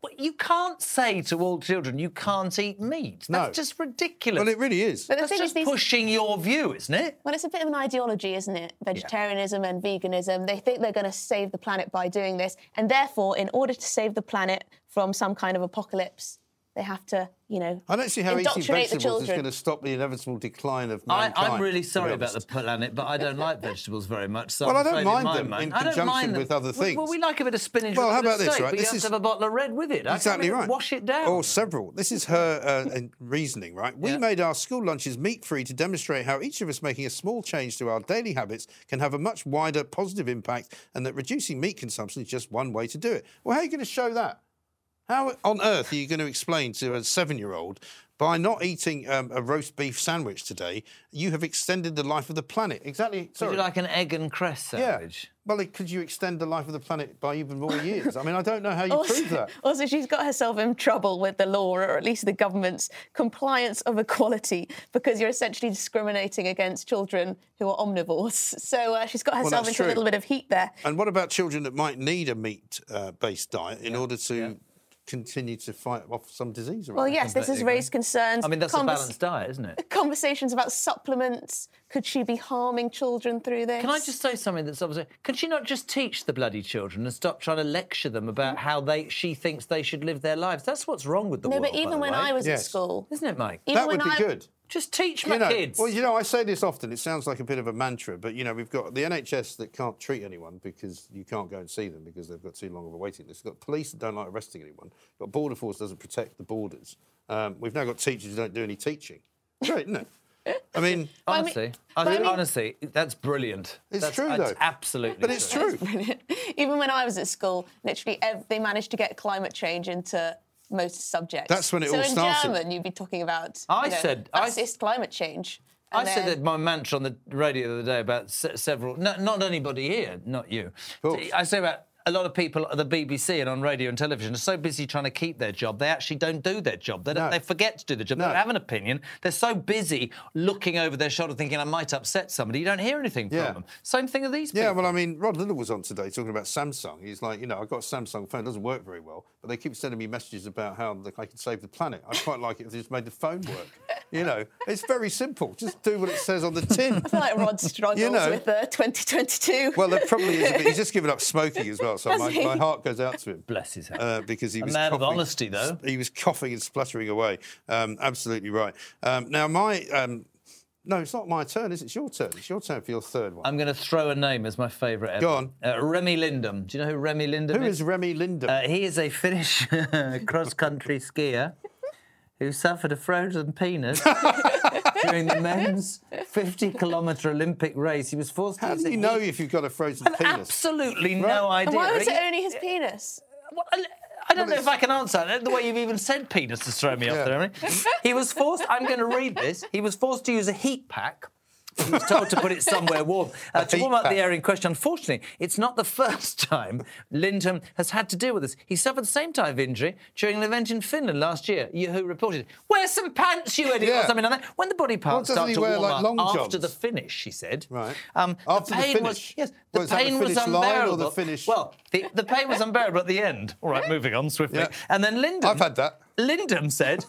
Well, You can't say to all children you can't eat meat.
No.
That's just ridiculous.
Well, it really is.
But the
That's
thing
just
is, these,
pushing your view, isn't it?
well, it's a bit of an ideology, isn't it? Vegetarianism and veganism. They think they're going to save the planet by doing this. And therefore, in order to save the planet from some kind of apocalypse, they have to, you know,
I don't see how eating
indoctrinate the
vegetables is
children.
going to stop the inevitable decline of
I,
mankind.
I'm really
to be
sorry about the
honest.
planet, but I don't like vegetables very much. So
Well,
I'm
I don't
afraid it
mind
might,
them
mate.
in
I don't
conjunction
mind them.
with other
We- Well,
things.
we like a bit of spinach.
Well,
with a
how
bit of
about this,
steak,
right?
But
This
you have
is-
to have a bottle of red with it. I can't
Exactly
really
right. Oh,
Wash it down.
Or several. This is her uh, uh, reasoning, right? We
Yeah.
made our school lunches meat free to demonstrate how each of us making a small change to our daily habits can have a much wider positive impact and that reducing meat consumption is just one way to do it. Well, how are you going to show that? How on earth are you going to explain to a seven year old by not eating um, a roast beef sandwich today, you have extended the life of the planet? Exactly.
Would
Sorry.
you like an egg and cress sandwich?
Well, it- could you extend the life of the planet by even more years? I mean, I don't know how you
Oh,
prove that.
also, she's got herself in trouble with the law, or at least the government's compliance of equality, because you're essentially discriminating against children who are omnivores. So uh, she's got herself
that's
into
true.
a little bit of heat there.
And what about children that might need a meat-based diet in order to continue to fight off some disease? Or
Well,
other?
yes, this has raised concerns.
I mean, that's
Convers-
a balanced diet, isn't it?
Conversations about supplements. Could she be harming children through this?
Can I just say something that's obviously? Can she not just teach the bloody children and stop trying to lecture them about how they she thinks they should live their lives? That's what's wrong with the
Mm. No,
world.
but even
by
when
the way.
I was at
Yes.
school,
isn't it, Mike?
even
that
when
would be
I-
good.
Just teach my
You know,
kids.
well, you know, I say this often. It sounds like a bit of a mantra, but you know, we've got the NHS that can't treat anyone because you can't go and see them because they've got too long of a waiting list. We've got police that don't like arresting anyone. We've got border force doesn't protect the borders. Um, we've now got teachers who don't do any teaching. Great, isn't it? I mean,
I mean-
honestly,
but I
think-
mean-
honestly, that's brilliant.
It's
That's-
true,
that's
though.
Absolutely,
but it's true.
even when I was at school, literally ev- they managed to get climate change into most subjects.
That's when it
so
all started.
in German, you'd be talking about.
I
you know,
said- I s-
"Assist climate change.
I
And
said
then-
that my mantra on the radio the other day about se- several, no, not anybody here, not you.
course.
I say about a lot of people at the BBC and on radio and television are so busy trying to keep their job, they actually don't do their job. They,
No.
don't, they forget to do the job. They
No.
don't have an opinion. They're so busy looking over their shoulder thinking, I might upset somebody. You don't hear anything
Yeah.
from them. Same thing with these
Yeah,
people.
well, I mean, Rod Little was on today talking about Samsung. He's like, you know, I've got a Samsung phone, it doesn't work very well, but they keep sending me messages about how the- I can save the planet. I quite like it if they just made the phone work. You know, it's very simple. Just do what it says on the tin.
I feel like Rod struggles
You know.
with uh, 2022.
Well, there probably is a bit. He's just given up smoking as well, so
Has
my,
he?
my heart goes out to him.
Bless his heart.
Uh, because he
A
was
man of
coughing-
honesty, though.
He was coughing and spluttering away. Um, absolutely right. Um, now, my um, no, it's not my turn. Is it? It's your turn. It's your turn for your third one.
I'm going to throw a name as my favourite ever.
Go on.
Uh, Remy Lindham. Do you know who Remy Lindham
Who
is?
is Remy Lindham?
Uh, he is a Finnish cross country skier who suffered a frozen penis during the men's 50 kilometre Olympic race. He was forced to
How
use
do
a
you know
heat-
if you've got a frozen
I've
penis?
Absolutely no
Right.
idea.
Why was
Ricky.
it only his penis?
Well, I- I don't know if
it's-
I can answer that. The way you've even said penis has thrown me off there. Emily. He was forced, I'm going to read this, he was forced to use a heat pack. He was told to put it somewhere warm. Uh, to
heat
warm up
pack.
the area in question, unfortunately, it's not the first time Lindholm has had to deal with this. He suffered the same type of injury during an event in Finland last year. Yahoo reported, it. Wear some pants, you idiot,
Yeah.
or something like that. When the body parts
doesn't
start
he
to
wear,
warm
like,
up
long johns?
after the finish, he said.
Right.
Um,
After
the
the
pain was
finish?
yes, the
Well, is that the
pain was
finish line or the
unbearable.
finish-
Well, the, the pain was unbearable at the end. All right, moving on swiftly.
Yeah.
And then Lindham.
I've had that.
Lindham said,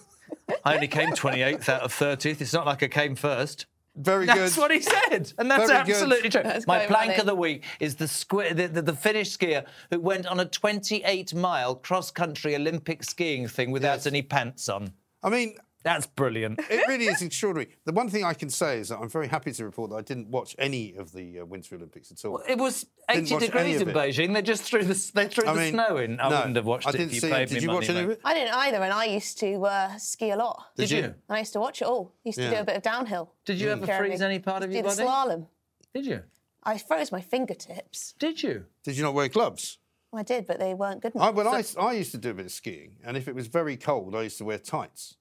I only came 28th out of 30th. It's not like I came first.
Very
That's
good.
what he said, and that's
Very good.
absolutely true.
That's
My
quite
plank
funny.
of the week is the, squi- the, the, the Finnish skier who went on a 28-mile cross-country Olympic skiing thing without any pants on.
I mean,
That's brilliant.
it really is extraordinary. The one thing I can say is that I'm very happy to report that I didn't watch any of the uh, Winter Olympics at all.
It was
Didn't
80
watch any
degrees
of
in
it.
Beijing. They just threw the they threw
I
the
mean,
snow in. I
no,
wouldn't have watched
I
it
didn't
if you
see
paid
Did
me
you
money.
watch any of
mate.
it?
I didn't either, and I used to uh, ski a lot.
Did
you?
you?
And I used to watch it all. Used
Yeah.
to do a bit of downhill. Mm.
Did you ever
Jeremy.
freeze any part of
do
your
the
body?
slalom.
Did you?
I froze my fingertips.
Did you?
Did you not wear gloves?
I did, but they weren't good
I,
enough.
well, I, I used to do a bit of skiing, and if it was very cold, I used to wear tights.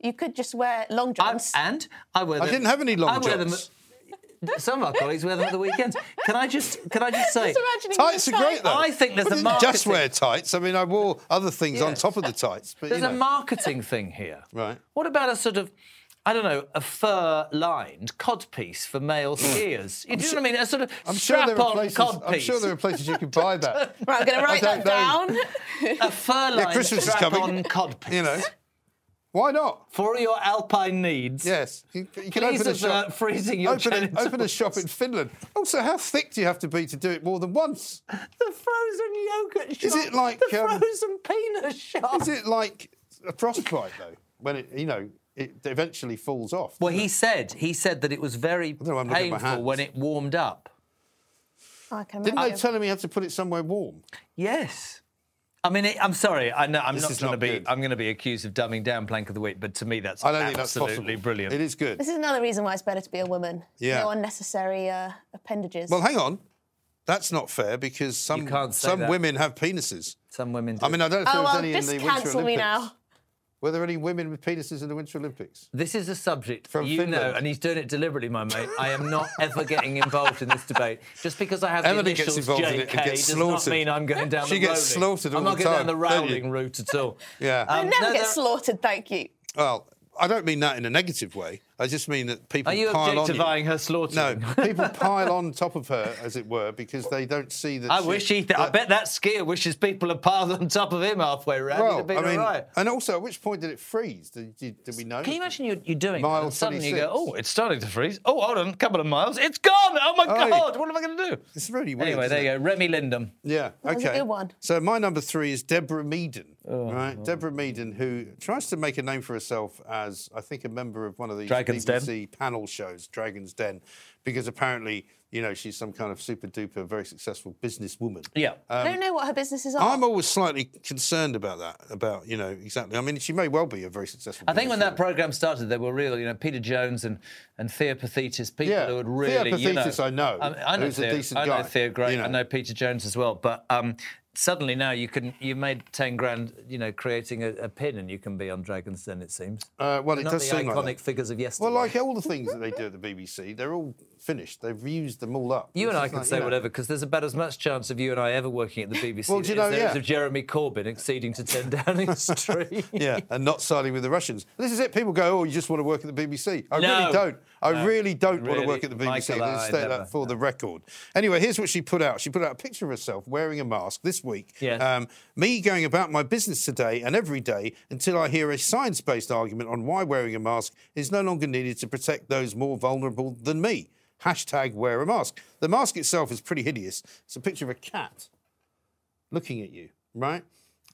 you could just wear long
I,
johns.
and I wear.
I
them-
didn't have any long
I wear them-
johns.
Some of our colleagues wear them at the weekends. Can I just? Can I just say?
Just imagining
Tights
the
are great, though.
I think there's
I
a
didn't
marketing.
just wear tights. I mean, I wore other things on top of the tights. But,
There's
you
a
know.
marketing thing here.
Right.
What about a sort of, I don't know, a fur-lined codpiece for male skiers? You do you know what I mean? A sort of
Mm. I'm sure,
strap-on
there are places,
codpiece.
I'm sure there are places you can buy that.
Right, I'm going to write
don't
that down.
a fur-lined
Christmas is coming.
strap-on codpiece.
You know, why not?
For all your alpine needs.
Yes, you, you can
Please
open a shop.
avert freezing your
open, a, open a shop in Finland. Also, how thick do you have to be to do it more than once?
The frozen yogurt shop.
Is it like,
the
um,
frozen peanut shop?
Oh.
Is it like a frostbite though? When it, you know, it eventually falls off.
Well, he said he said that it was very
don't know why I'm looking at my
painful when
hands.
it warmed up.
I can
Didn't they
imagine.
tell him he had to put it somewhere warm?
Yes. I mean, it, I'm sorry. I know I'm
This
not
is
going to
not
be.
good.
I'm going to be accused of dumbing down plank of the week, but to me, that's
I don't think that's possible.
absolutely brilliant.
It is good.
this is another reason why it's better to be a woman.
Yeah.
No unnecessary uh, appendages.
Well, hang on. That's not fair because some
can't say
some
that.
women have penises.
Some women. Do.
I mean, I don't know if there
oh,
was
well,
any
just
in the Winter
cancel
Olympics.
me now.
Were there any women with penises in the Winter Olympics?
this is a subject
From
you know,
Finland.
and he's doing it deliberately, my mate. I am not ever getting involved in this debate. Just because I have
Emily
the
gets
initials
involved
JK
in it and gets
does
slaughtered.
not mean I'm going down.
She
the
gets
rolling.
slaughtered all
I'm not
the
going down the
time, don't you?
rowling route at all. Um,
Yeah.
I never get
no, there-
slaughtered, thank you.
Well, I don't mean that in a negative way. I just mean that people
Are you
pile
objectifying
on
her
you.
slaughtering?
No, people pile on top of her, as it were, because they don't see that.
I
she-
wish he. I
that-
bet that skier wishes people had piled on top of him halfway round. He'd
Well,
have been
I mean, um,
all right.
and also, at which point did it freeze? Did, did, did we know?
Can you imagine you, you're doing that
Mile
and suddenly you go,
26.
oh, it's starting to freeze. Oh, hold on, a couple of miles, it's gone. Oh my
Aye.
god, what am I going to do?
It's really weird.
Anyway,
isn't
there
it?
you go, Remy Lindham.
Yeah.
That was a
okay.
good one.
So my number three is Deborah Meaden,
Oh,
right? Deborah Meaden, who tries to make a name for herself as I think a member of one of these
Dragon's Den.
BBC panel shows, Dragon's Den, because apparently you know she's some kind of super duper very successful businesswoman.
Yeah.
I don't know what her businesses are.
Um, I'm always slightly concerned about that. About you know exactly. I mean, she may well be a very successful.
I think when
businesswoman.
that programme started, there were real, you know, Peter Jones and, and Thea Pathetis, people
Yeah,
who had
Thea
really, you know,
Pathetis I know,
I, mean, I know
who's a
Thea,
decent
I know
guy,
Thea great.
you know.
I know Peter Jones as well. But um, suddenly now you can, you made ten grand, you know, creating a, a pin, and you can be on Dragon's Den. It seems.
Uh, well, it
Not
does
the
seem
iconic
like that.
figures of yesterday.
Well, like all the things that they do at the BBC, they're all finished. They've used them all up.
You and
It's
I
just
can
like,
say
you know,
whatever because there's about as much chance of you and I ever working at the BBC
Well, do you
as
know,
there is
yeah.
of Jeremy Corbyn acceding to 10 Downing Street.
Yeah, and not siding with the Russians. This is it. People go, "Oh, you just want to work at the BBC." I
No.
really don't. I
No.
really don't want
Really,
to work at the BBC.
Michael,
Let's
I
state
never-
that for the record. Anyway, here's what she put out. She put out a picture of herself wearing a mask this week. Um,
Yes.
me going about my business today and every day until I hear a science-based argument on why wearing a mask is no longer needed to protect those more vulnerable than me. Hashtag wear a mask. The mask itself is pretty hideous. It's a picture of a cat looking at you, right?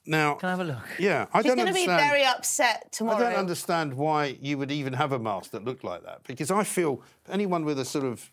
Now,
Can I have a look?
yeah, I
She's
don't
going to be
understand.
very upset tomorrow.
I don't understand why you would even have a mask that looked like that because I feel anyone with a sort of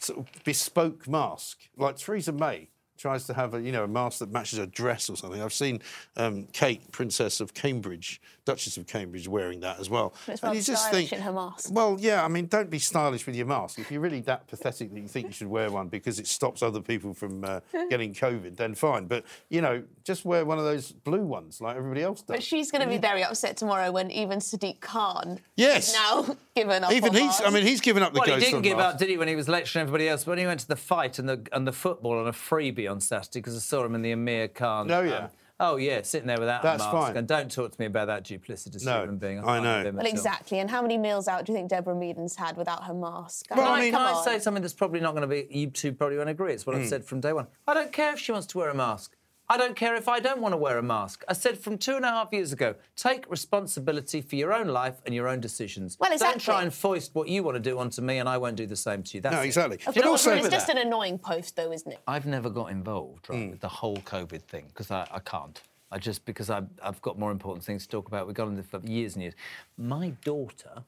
sort of bespoke mask, like Theresa May tries to have a you know a mask that matches her dress or something. I've seen um, Kate, Princess of Cambridge, Duchess of Cambridge, wearing that as well.
It's rather stylish in her mask.
Well, yeah, I mean, don't be stylish with your mask. If you're really that pathetic that you think you should wear one because it stops other people from uh, getting COVID, then fine. But you know, just wear one of those blue ones like everybody else does.
But she's going to be very upset tomorrow when even Sadiq Khan
Yes.
is now given up.
Even
on
he's, I
Mars.
mean, he's given up the
Well,
ghost
he didn't
on
give
Mars.
up, did he, when he was lecturing everybody else? When he went to the fight and the and the football on a freebie on Saturday, because I saw him in the Amir Khan.
No, yeah.
oh yeah, sitting there without
That's
a mask.
fine.
And don't talk to me about that duplicitous
No,
human being.
I
can't
know.
with him
Well,
at all.
exactly. And how many meals out do you think Deborah Meadens had without her mask?
Well,
Can,
I
I,
mean- Hmm.
can I
come
say
on.
something that's probably not going to be, you two probably won't agree. It's what I've said from day one. I don't care if she wants to wear a mask. I don't care if I don't want to wear a mask. I said from two and a half years ago, take responsibility for your own life and your own decisions.
Well,
Don't
exactly.
try and foist what you want to do onto me, and I won't do the same to you. That's
No,
it.
exactly.
Of
But
course,
also-
but it's just
Remember
an annoying post, though, isn't it?
I've never got involved
Hmm.
right, with the whole COVID thing because I, I can't. I just because I've, I've got more important things to talk about. We've gone on this for years and years. My daughter,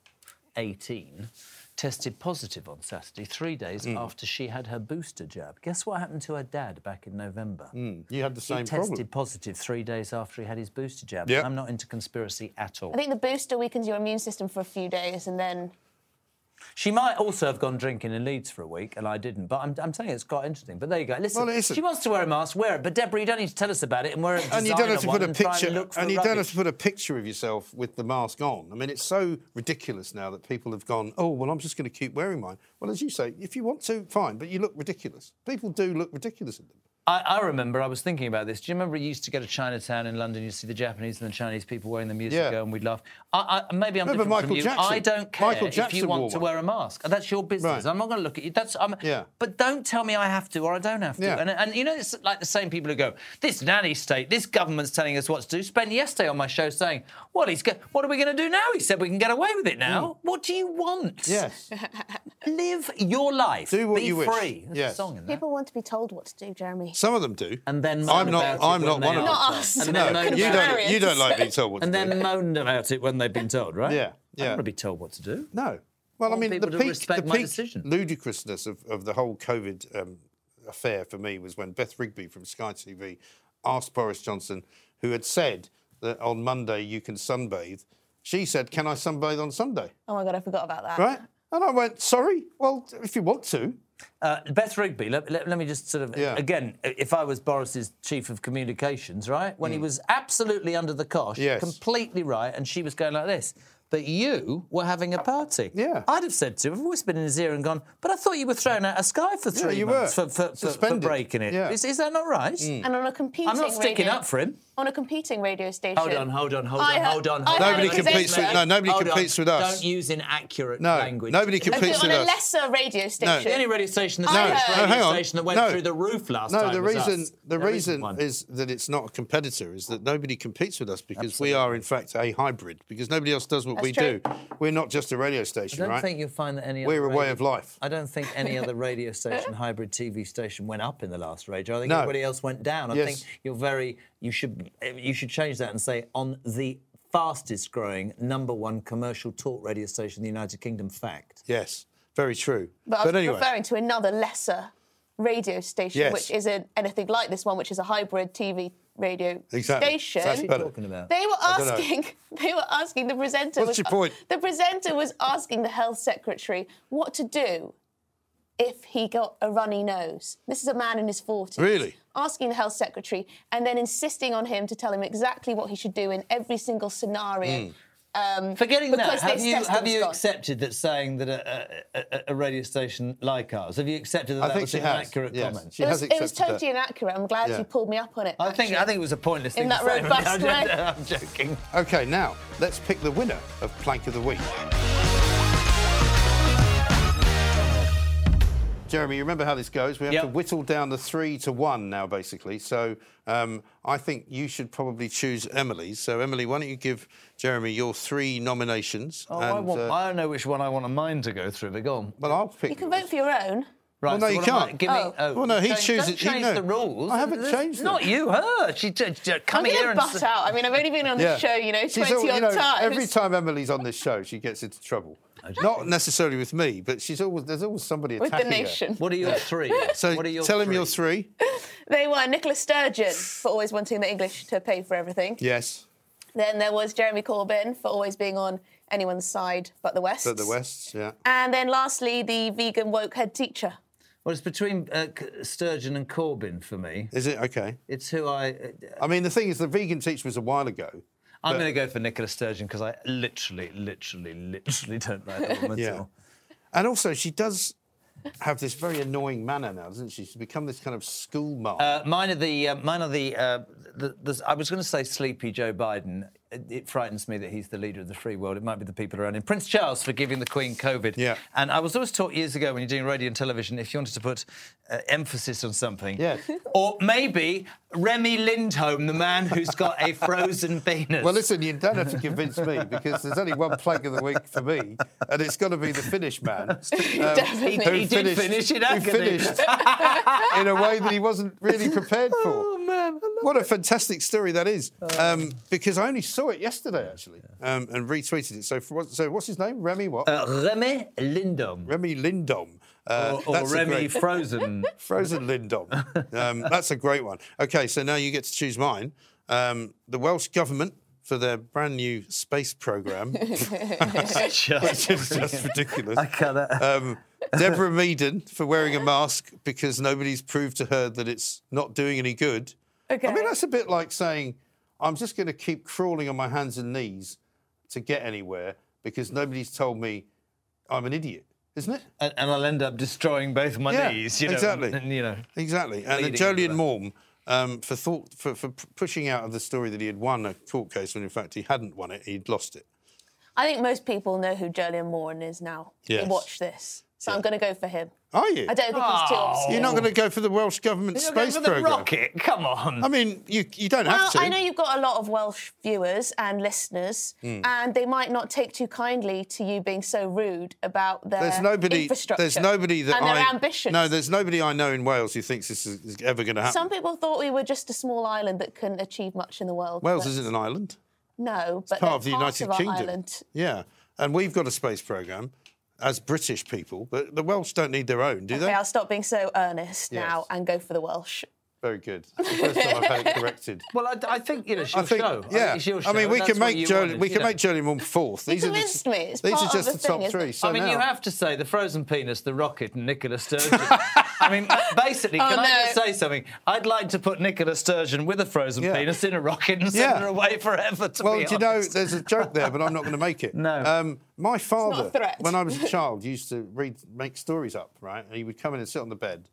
18, tested positive on Saturday, three days
Hmm.
after she had her booster jab. Guess what happened to her dad back in November?
Hmm. You had the
He
same
tested
problem.
positive three days after he had his booster jab.
Yeah.
I'm not into conspiracy at all.
I think the booster weakens your immune system for a few days, and then
She might also have gone drinking in Leeds for a week, and I didn't. But I'm, I'm telling you, it's quite interesting. But there you go. Listen,
Well, it isn't.
she wants to wear a mask, wear it. But Deborah, you don't need to tell us about it, and wear it.
And you don't have to put a picture.
And, look for
you don't have
rubbish.
to put a picture of yourself with the mask on. I mean, it's so ridiculous now that people have gone. Oh well, I'm just going to keep wearing mine. Well, as you say, if you want to, fine. But you look ridiculous. People do look ridiculous in them.
I, I remember I was thinking about this. Do you remember you used to go to Chinatown in London? You'd see the Japanese and the Chinese people wearing the music,
Yeah.
and we'd laugh. I, I, maybe I'm
Remember
different from
Michael
you.
Jackson?
I don't care
Michael
if
Jackson
you
wore
want to
one.
wear a mask. That's your business.
Right.
I'm not going to look at you. That's I'm,
Yeah.
But don't tell me I have to or I don't have to.
Yeah.
And, and you know, it's like the same people who go, "This nanny state, this government's telling us what to do." Spent yesterday on my show saying, "Well, he's go- what are we going to do now?" He said, "We can get away with it now."
Hmm.
What do you want?
Yes.
Live your life.
Do what
Be
you wish.
free. There's a
Yes.
song in that.
people want to be told what to do, Jeremy.
Some of them do.
And then
I'm
moan
not.
about it
I'm
when
not
they
one of
are
them.
Not us.
And
No,
then
No,
moan
you
about
don't.
it.
You don't like being told what to
And
do.
then moaned about it when they've been told, right?
Yeah,
I
yeah.
don't want to be told what to do.
No. Well, I,
want
mean, the
people to
peak,
respect
the
my
peak
decision.
ludicrousness of, of the whole COVID um, affair for me was when Beth Rigby from Sky TV asked Boris Johnson, who had said that on Monday you can sunbathe. She said, "Can I sunbathe on Sunday?"
Oh my god, I forgot about that.
Right? And I went, "Sorry. Well, if you want to."
Uh, Beth Rigby, let, let- let me just sort of,
Yeah.
again, if I was Boris's chief of communications, right? When he was absolutely under the cosh,
Mm. Yes.
completely right, and she was going like this. But you were having a party.
Yeah.
I'd have said to him, I've always been in his ear and gone, but I thought you were thrown out of Sky for three
you
months
were.
for- For, for, for,
Suspended.
breaking it.
Yeah. Mm.
Is is that not right?
And on a competing,
I'm not sticking
radio,
up for him.
On a competing radio station.
Hold on, hold on, hold on,
I heard-
hold on.
I
Hold
heard
on.
Nobody
an
competes with-
example.
no, nobody
Hold on.
competes with us.
Don't use inaccurate
No,
language.
nobody
I do it
competes
on
with
a
us.
lesser radio
The only
station.
radio station, the
No,
Scottish
no,
radio
hang on.
station that went
No.
through the roof last
No,
time.
the
was
reason
us.
the
There
reason
isn't one.
is that it's not a competitor. Is that nobody competes with us because we are in fact a hybrid because nobody else does what we
true.
do. We're not just a radio
I
station,
don't
right?
think you'll find that any.
We're
other
a way
radio-
of life.
I don't think any other radio station, hybrid TV station, went up in the last radio. I think
No.
everybody else went down. I
Yes.
think you're very. You should. You should change that and say on the fastest growing number one commercial talk radio station in the United Kingdom. Fact.
Yes, very true.
But I was
anyway,
referring to another lesser radio station,
Yes.
which isn't anything like this one, which is a hybrid TV radio
Exactly.
station.
That's better.
Talking about.
They were
don't know.
asking. They were asking the presenter.
What's
was,
your point?
The presenter was asking the health secretary what to do if he got a runny nose. This is a man in his forties.
Really?
Asking the health
Hmm.
secretary and then insisting on him to tell him exactly what he should do in every single scenario. Um,
Forgetting that,
because
have
this
you,
testing's
have you
gone.
accepted that saying that a, a, a, a radio station like ours, have you accepted that
I
that
think
was
she
an
has,
accurate
yes.
comment?
She
it was,
has
it was
accepted
totally inaccurate. I'm glad
Yeah.
you pulled me up on it.
I think I
actually.
think it was a pointless
In
thing
that
to say.
robust
I'm,
way.
I'm joking.
Okay, now let's pick the winner of Plank of the Week. Jeremy, you remember how this goes. We have
Yep.
to whittle down the three to one now, basically. So um, I think you should probably choose Emily's. So, Emily, why don't you give Jeremy your three nominations?
Oh, I, want,
uh,
I don't know which one I want of mine to go through, but go on.
well, I'll pick.
You can vote for your own.
Right,
Well, no,
so
you
what am I-
can't.
Give me,
Oh.
Well, no, he
don't-
chooses-
Don't
he-
change
no.
the rules.
I haven't
This-
changed them.
Not you, her. She j- j- come
I'm going
here
to
and.
butt
s-
out. I mean, I've only been on this show, you know,
She's
20
al- you
odd
know,
times.
Every time Emily's on this show, she gets into trouble. Not necessarily with me, but she's always there's always somebody
With the
attacking her.
nation.
What are your three?
So
what are your
tell him
three?
your three.
They were Nicola Sturgeon for always wanting the English to pay for everything.
Yes,
Then there was Jeremy Corbyn for always being on anyone's side but the West.
but the West, yeah.
And then lastly, the vegan woke head teacher.
Well, it's between uh, C- Sturgeon and Corbyn for me.
Is it okay?
It's who I. uh,
I mean, the thing is, the vegan teacher was a while ago.
I'm going to go for Nicola Sturgeon because I literally, literally, literally don't like the woman
Yeah.
at all.
And also, she does have this very annoying manner now, doesn't she? She's become this kind of schoolmarm.
Uh, mine are the. Uh, mine are the, uh, the, the. I was going to say sleepy Joe Biden. It, it frightens me that he's the leader of the free world. It might be the people around him. Prince Charles for giving the Queen COVID.
Yeah.
And I was always taught years ago when you're doing radio and television, if you wanted to put uh, emphasis on something.
Yes.
Or maybe Remy Lindholm, the man who's got a frozen penis.
well, listen, you don't have to convince me because there's only one plank of the week for me, and it's got to be the Finnish man. um,
Definitely.
who
He did finish it,
who
hadn't he?
finished in a way that he wasn't really prepared for.
Oh, man.
What a fantastic story that is!
Oh.
Um, because I only saw it yesterday, actually, um, and retweeted it. So, for, what- so what's his name? Remy what?
Uh, Remy Lindholm.
Remy Lindom. Uh,
or or
that's a
Remy
great-
Frozen.
Frozen Lindom. Um, that's a great one. Okay, so now you get to choose mine. Um, the Welsh government for their brand new space program, which is just ridiculous.
I cannot.
Um, Deborah Meaden for wearing a mask because nobody's proved to her that it's not doing any good.
Okay.
I mean, that's a bit like saying, I'm just going to keep crawling on my hands and knees to get anywhere because nobody's told me I'm an idiot, isn't it?
and, and I'll end up destroying both my
Yeah,
knees. You know,
exactly.
And, and, you know,
Exactly. And then
leading into
Jolyon
that.
Morm um, for, thought, for, for p- pushing out of the story that he had won a court case when in fact he hadn't won it, he'd lost it.
I think most people know who Julian Moran is now.
Yes.
Watch this. So I'm going to go for him.
Are you?
I don't think he's too
Oh.
obscure.
You're not going to go for the Welsh government
You're going
space
for the
programme?
rocket. Come on.
I mean, you, you don't
Well,
have to.
I know you've got a lot of Welsh viewers and listeners,
Hmm.
and they might not take too kindly to you being so rude about their
There's nobody.
uh, infrastructure.
There's nobody that
and their
I
ambitions.
no. There's nobody I know in Wales who thinks this is, is ever going to happen.
Some people thought we were just a small island that couldn't achieve much in the world.
Wales
but
isn't an island.
no, but
part
they're
of the
part
United
of our
Kingdom.
Island.
Yeah, and we've got a space program as British people, but the Welsh don't need their own, do
Okay,
they?
I'll stop being so earnest now
Yes.
and go for the Welsh.
Very good. That's the first time I've had it corrected.
well, I, I think you know, it's
I
your
think,
show. I
yeah.
think it's your
I
show,
mean, we can
and that's what
make
you
Jolly,
wanted,
we
you
can
know.
make Jolly Mum fourth. These are just,
convinced me. It's
these
part
are
of
just
the
the,
thing,
top
isn't
three.
it?
So
I mean,
now,
you have to say the frozen penis, the rocket, and Nicola Sturgeon. I mean, basically, can
Oh,
I just
no.
say something? I'd like to put Nicola Sturgeon with a frozen
Yeah.
penis in a rocket and send
Yeah.
her away forever. To
Well,
be
do you know,
honest.
there's a joke there, but I'm not going to make it.
No.
Um, my
a
father,
threat.
when I was a child, used to read, make stories up, right? And he would come in and sit on the bed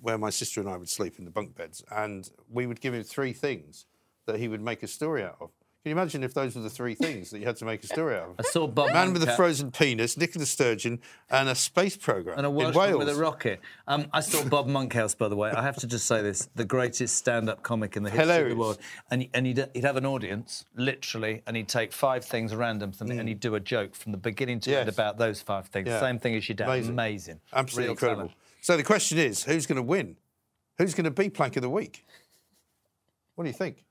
where my sister and I would sleep in the bunk beds, and we would give him three things that he would make a story out of. Can you imagine if those were the three things that you had to make a story out of? I
saw Bob
Man with a
Monkey.
frozen penis, Nicola Sturgeon, and a space program
and a
in
Welshman
Wales.
with a rocket. Um, I saw Bob Monkhouse, by the way. I have to just say this: the greatest stand-up comic in the history of
Hilarious.
the world. And and he'd, he'd have an audience, literally, and he'd take five things random from it, and he'd do a joke from the beginning to
Mm. Yes.
end about those five things.
Yeah.
Same thing as your dad. Amazing,
Absolutely
Real
incredible.
talent.
So the question is, who's going to win? Who's going to be Plank of the Week? What do you think?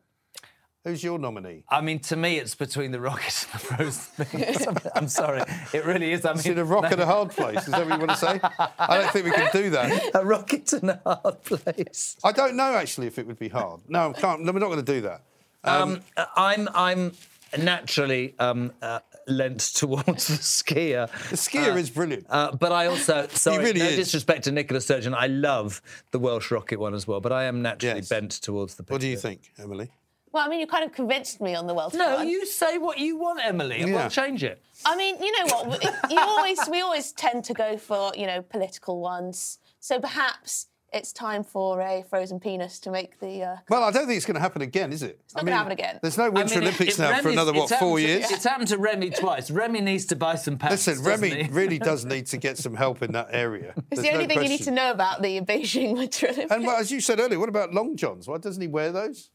Who's your nominee?
I mean, to me, it's between the rocket and the frozen penis. I'm, I'm sorry, it really is. I mean,
In a rock and a hard place. Is that what you want to say? I don't think we can do that.
a rocket and a hard place.
I don't know actually if it would be hard. No, I can't. No, we're not going to do that.
Um, I'm I'm naturally um, uh, lent towards the skier.
The skier is brilliant.
Uh, but I also, sorry,
really
no
is.
disrespect to Nicola Sturgeon, I love the Welsh rocket one as well, but I am naturally
Yes.
bent towards the.
what do you
picture.
think, Emily?
Well, I mean, you kind of convinced me on the Welsh
No,
one.
you say what you want, Emily, and
Yeah.
we'll change it.
I mean, you know what? We- You always we always tend to go for you know political ones. So perhaps it's time for a frozen penis to make the. Uh,
Well, I don't think it's going to happen again, is it? It's
not gonna happen again.
There's no Winter
I mean, it-
Olympics
it-
now for
Remy's-
another what
it's happened
four
to-
years.
It's happened to Remy twice. Remy needs to buy some pants.
Listen,
doesn't
Remy
he?
really does need to get some help in that area.
it's
There's
the only
no
thing you need to
question.
know about the Beijing Winter Olympics.
And well, as you said earlier, what about long johns? Why doesn't he wear those?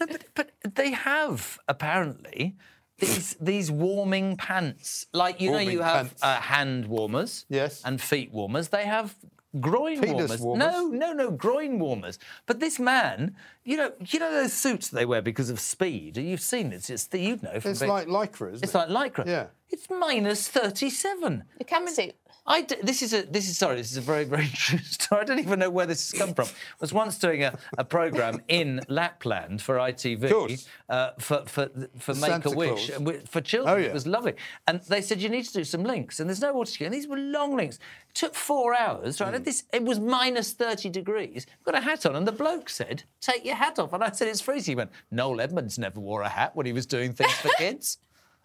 No, but, but they have apparently these these warming pants. Like you know,
Warming
you have
pants.
uh, hand warmers,
Yes.
and feet warmers. They have groin
Penis
warmers.
warmers.
No, no, no, groin warmers. But this man, you know, you know those suits that they wear because of speed. You've seen it. It's you know. From
It's
being-
like lycra, isn't
it's
it?
like lycra.
Yeah.
It's minus thirty-seven.
the camsuit.
I d- this is a this is sorry this is a very very true story. I don't even know where this has come from. I was once doing a, a program in Lapland for ITV
course.
uh, for for for Make
Santa
a Wish
Claus.
and wi- for children.
Oh, yeah.
It was lovely, and they said you need to do some links, and there's no water ski, and these were long links. took four hours, right?
Hmm.
And this it was minus thirty degrees. Got a hat on, and the bloke said, "Take your hat off," and I said, "It's freezing." He went, "Noel Edmonds never wore a hat when he was doing things for kids,"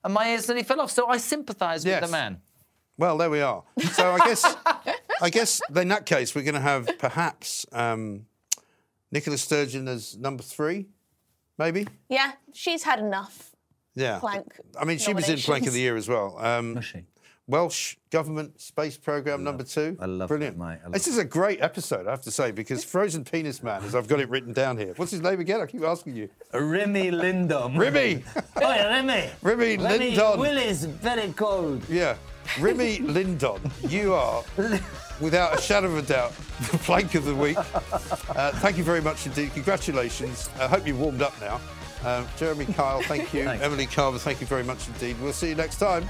and my ears nearly fell off. So I sympathised
Yes.
with the man.
Well, there we are. So I guess, I guess in that case, we're going to have perhaps um, Nicola Sturgeon as number three, maybe.
Yeah, she's had enough.
Yeah.
Plank
I mean, she was in Plank of the
nominations.
Year as well. Um,
she?
Welsh Government Space Programme number two.
I love
Brilliant.
that, mate. I love
this is a great episode, I have to say, because Frozen Penis Man, as I've got it written down here. What's his name again? I keep asking you.
Remy Lindon.
Remy.
Oi, Remy.
Remy Lindon.
Willis, very cold.
Yeah. Remy Lindon, you are, without a shadow of a doubt, the plank of the week. Uh, thank you very much indeed. Congratulations. I hope you warmed up now. Um, Jeremy Kyle, thank you.
Thanks.
Emily Carver, thank you very much indeed. We'll see you next time.